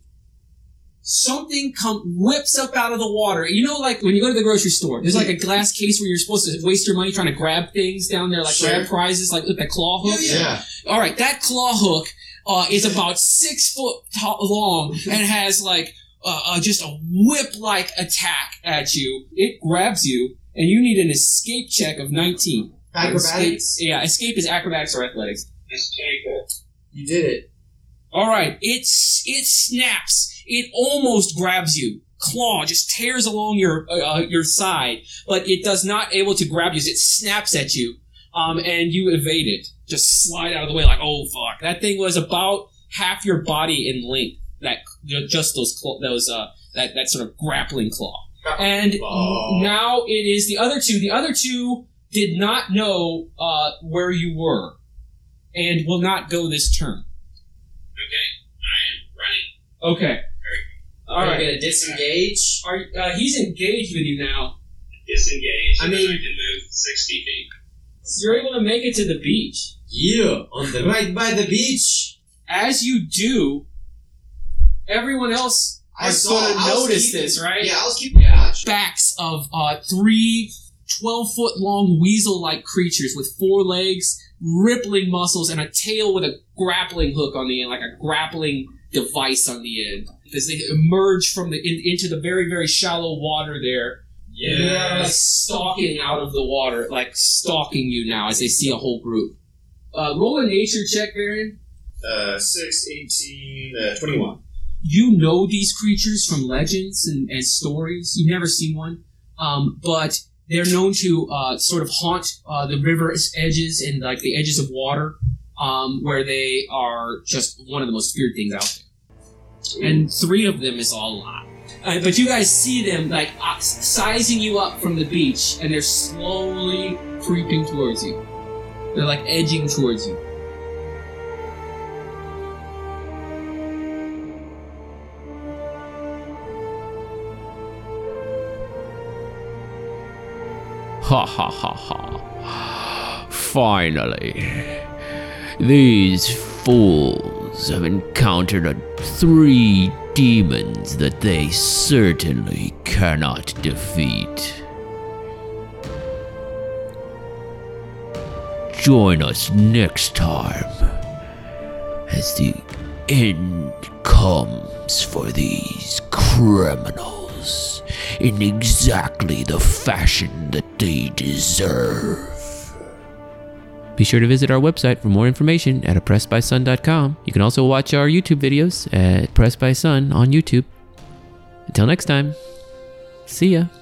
S1: Something come whips up out of the water. You know, like when you go to the grocery store, there's like a glass case where you're supposed to waste your money trying to grab things down there, like
S4: Sure.
S1: grab prizes, like with the claw hook.
S4: Yeah.
S1: All right, that claw hook uh, is about six foot t- long and has like uh, uh, just a whip-like attack at you. It grabs you, and you need an escape check of 19.
S4: Acrobatics.
S1: Escape, yeah, escape is acrobatics or athletics.
S6: That's 24.
S4: You did it.
S1: All right, it's it snaps. It almost grabs you. Claw just tears along your uh, uh, your side, but it does not able to grab you. It snaps at you, um, and you evade it. Just slide out of the way like oh fuck. That thing was about half your body in length. That just those claw, those uh that that sort of grappling claw. And
S4: Oh.
S1: now it is the other two. The other two did not know uh, where you were, and will not go this turn.
S6: Okay, I am running.
S1: Okay. All
S4: Are you
S1: right.
S4: gonna disengage?
S1: Are, uh, he's engaged with you now.
S6: Disengage.
S4: I
S6: and then
S4: mean-
S6: I can move 60 feet.
S1: You're able to make it to the beach.
S4: Yeah, on the right by the beach.
S1: As you do, everyone else
S4: I
S1: has
S4: saw-
S1: sort of
S4: I was
S1: noticed
S4: keeping-
S1: this, right?
S4: Yeah, I was keeping watch.
S1: Backs of uh, three 12 foot long weasel like creatures with four legs, rippling muscles, and a tail with a grappling hook on the end, like a grappling device on the end. As they emerge from the in, into the very, very shallow water there, They're like stalking out of the water, like stalking you now as they see a whole group. Uh, roll a nature check, Varian.
S22: Uh, 6, 18, uh, 21.
S1: You know these creatures from legends and, and stories. You've never seen one, um, but they're known to uh, sort of haunt uh, the river's edges and like the edges of water, um, where they are just one of the most feared things out there. And three of them is a lot. Uh, but you guys see them like uh, sizing you up from the beach, and they're slowly creeping towards you. They're like edging towards you.
S23: Ha ha ha ha. Finally. These fools have encountered a- three demons that they certainly cannot defeat. Join us next time as the end comes for these criminals in exactly the fashion that they deserve. Be sure to visit our website for more information at oppressedbysun.com. You can also watch our YouTube videos at Oppressed by Sun on YouTube. Until next time, see ya.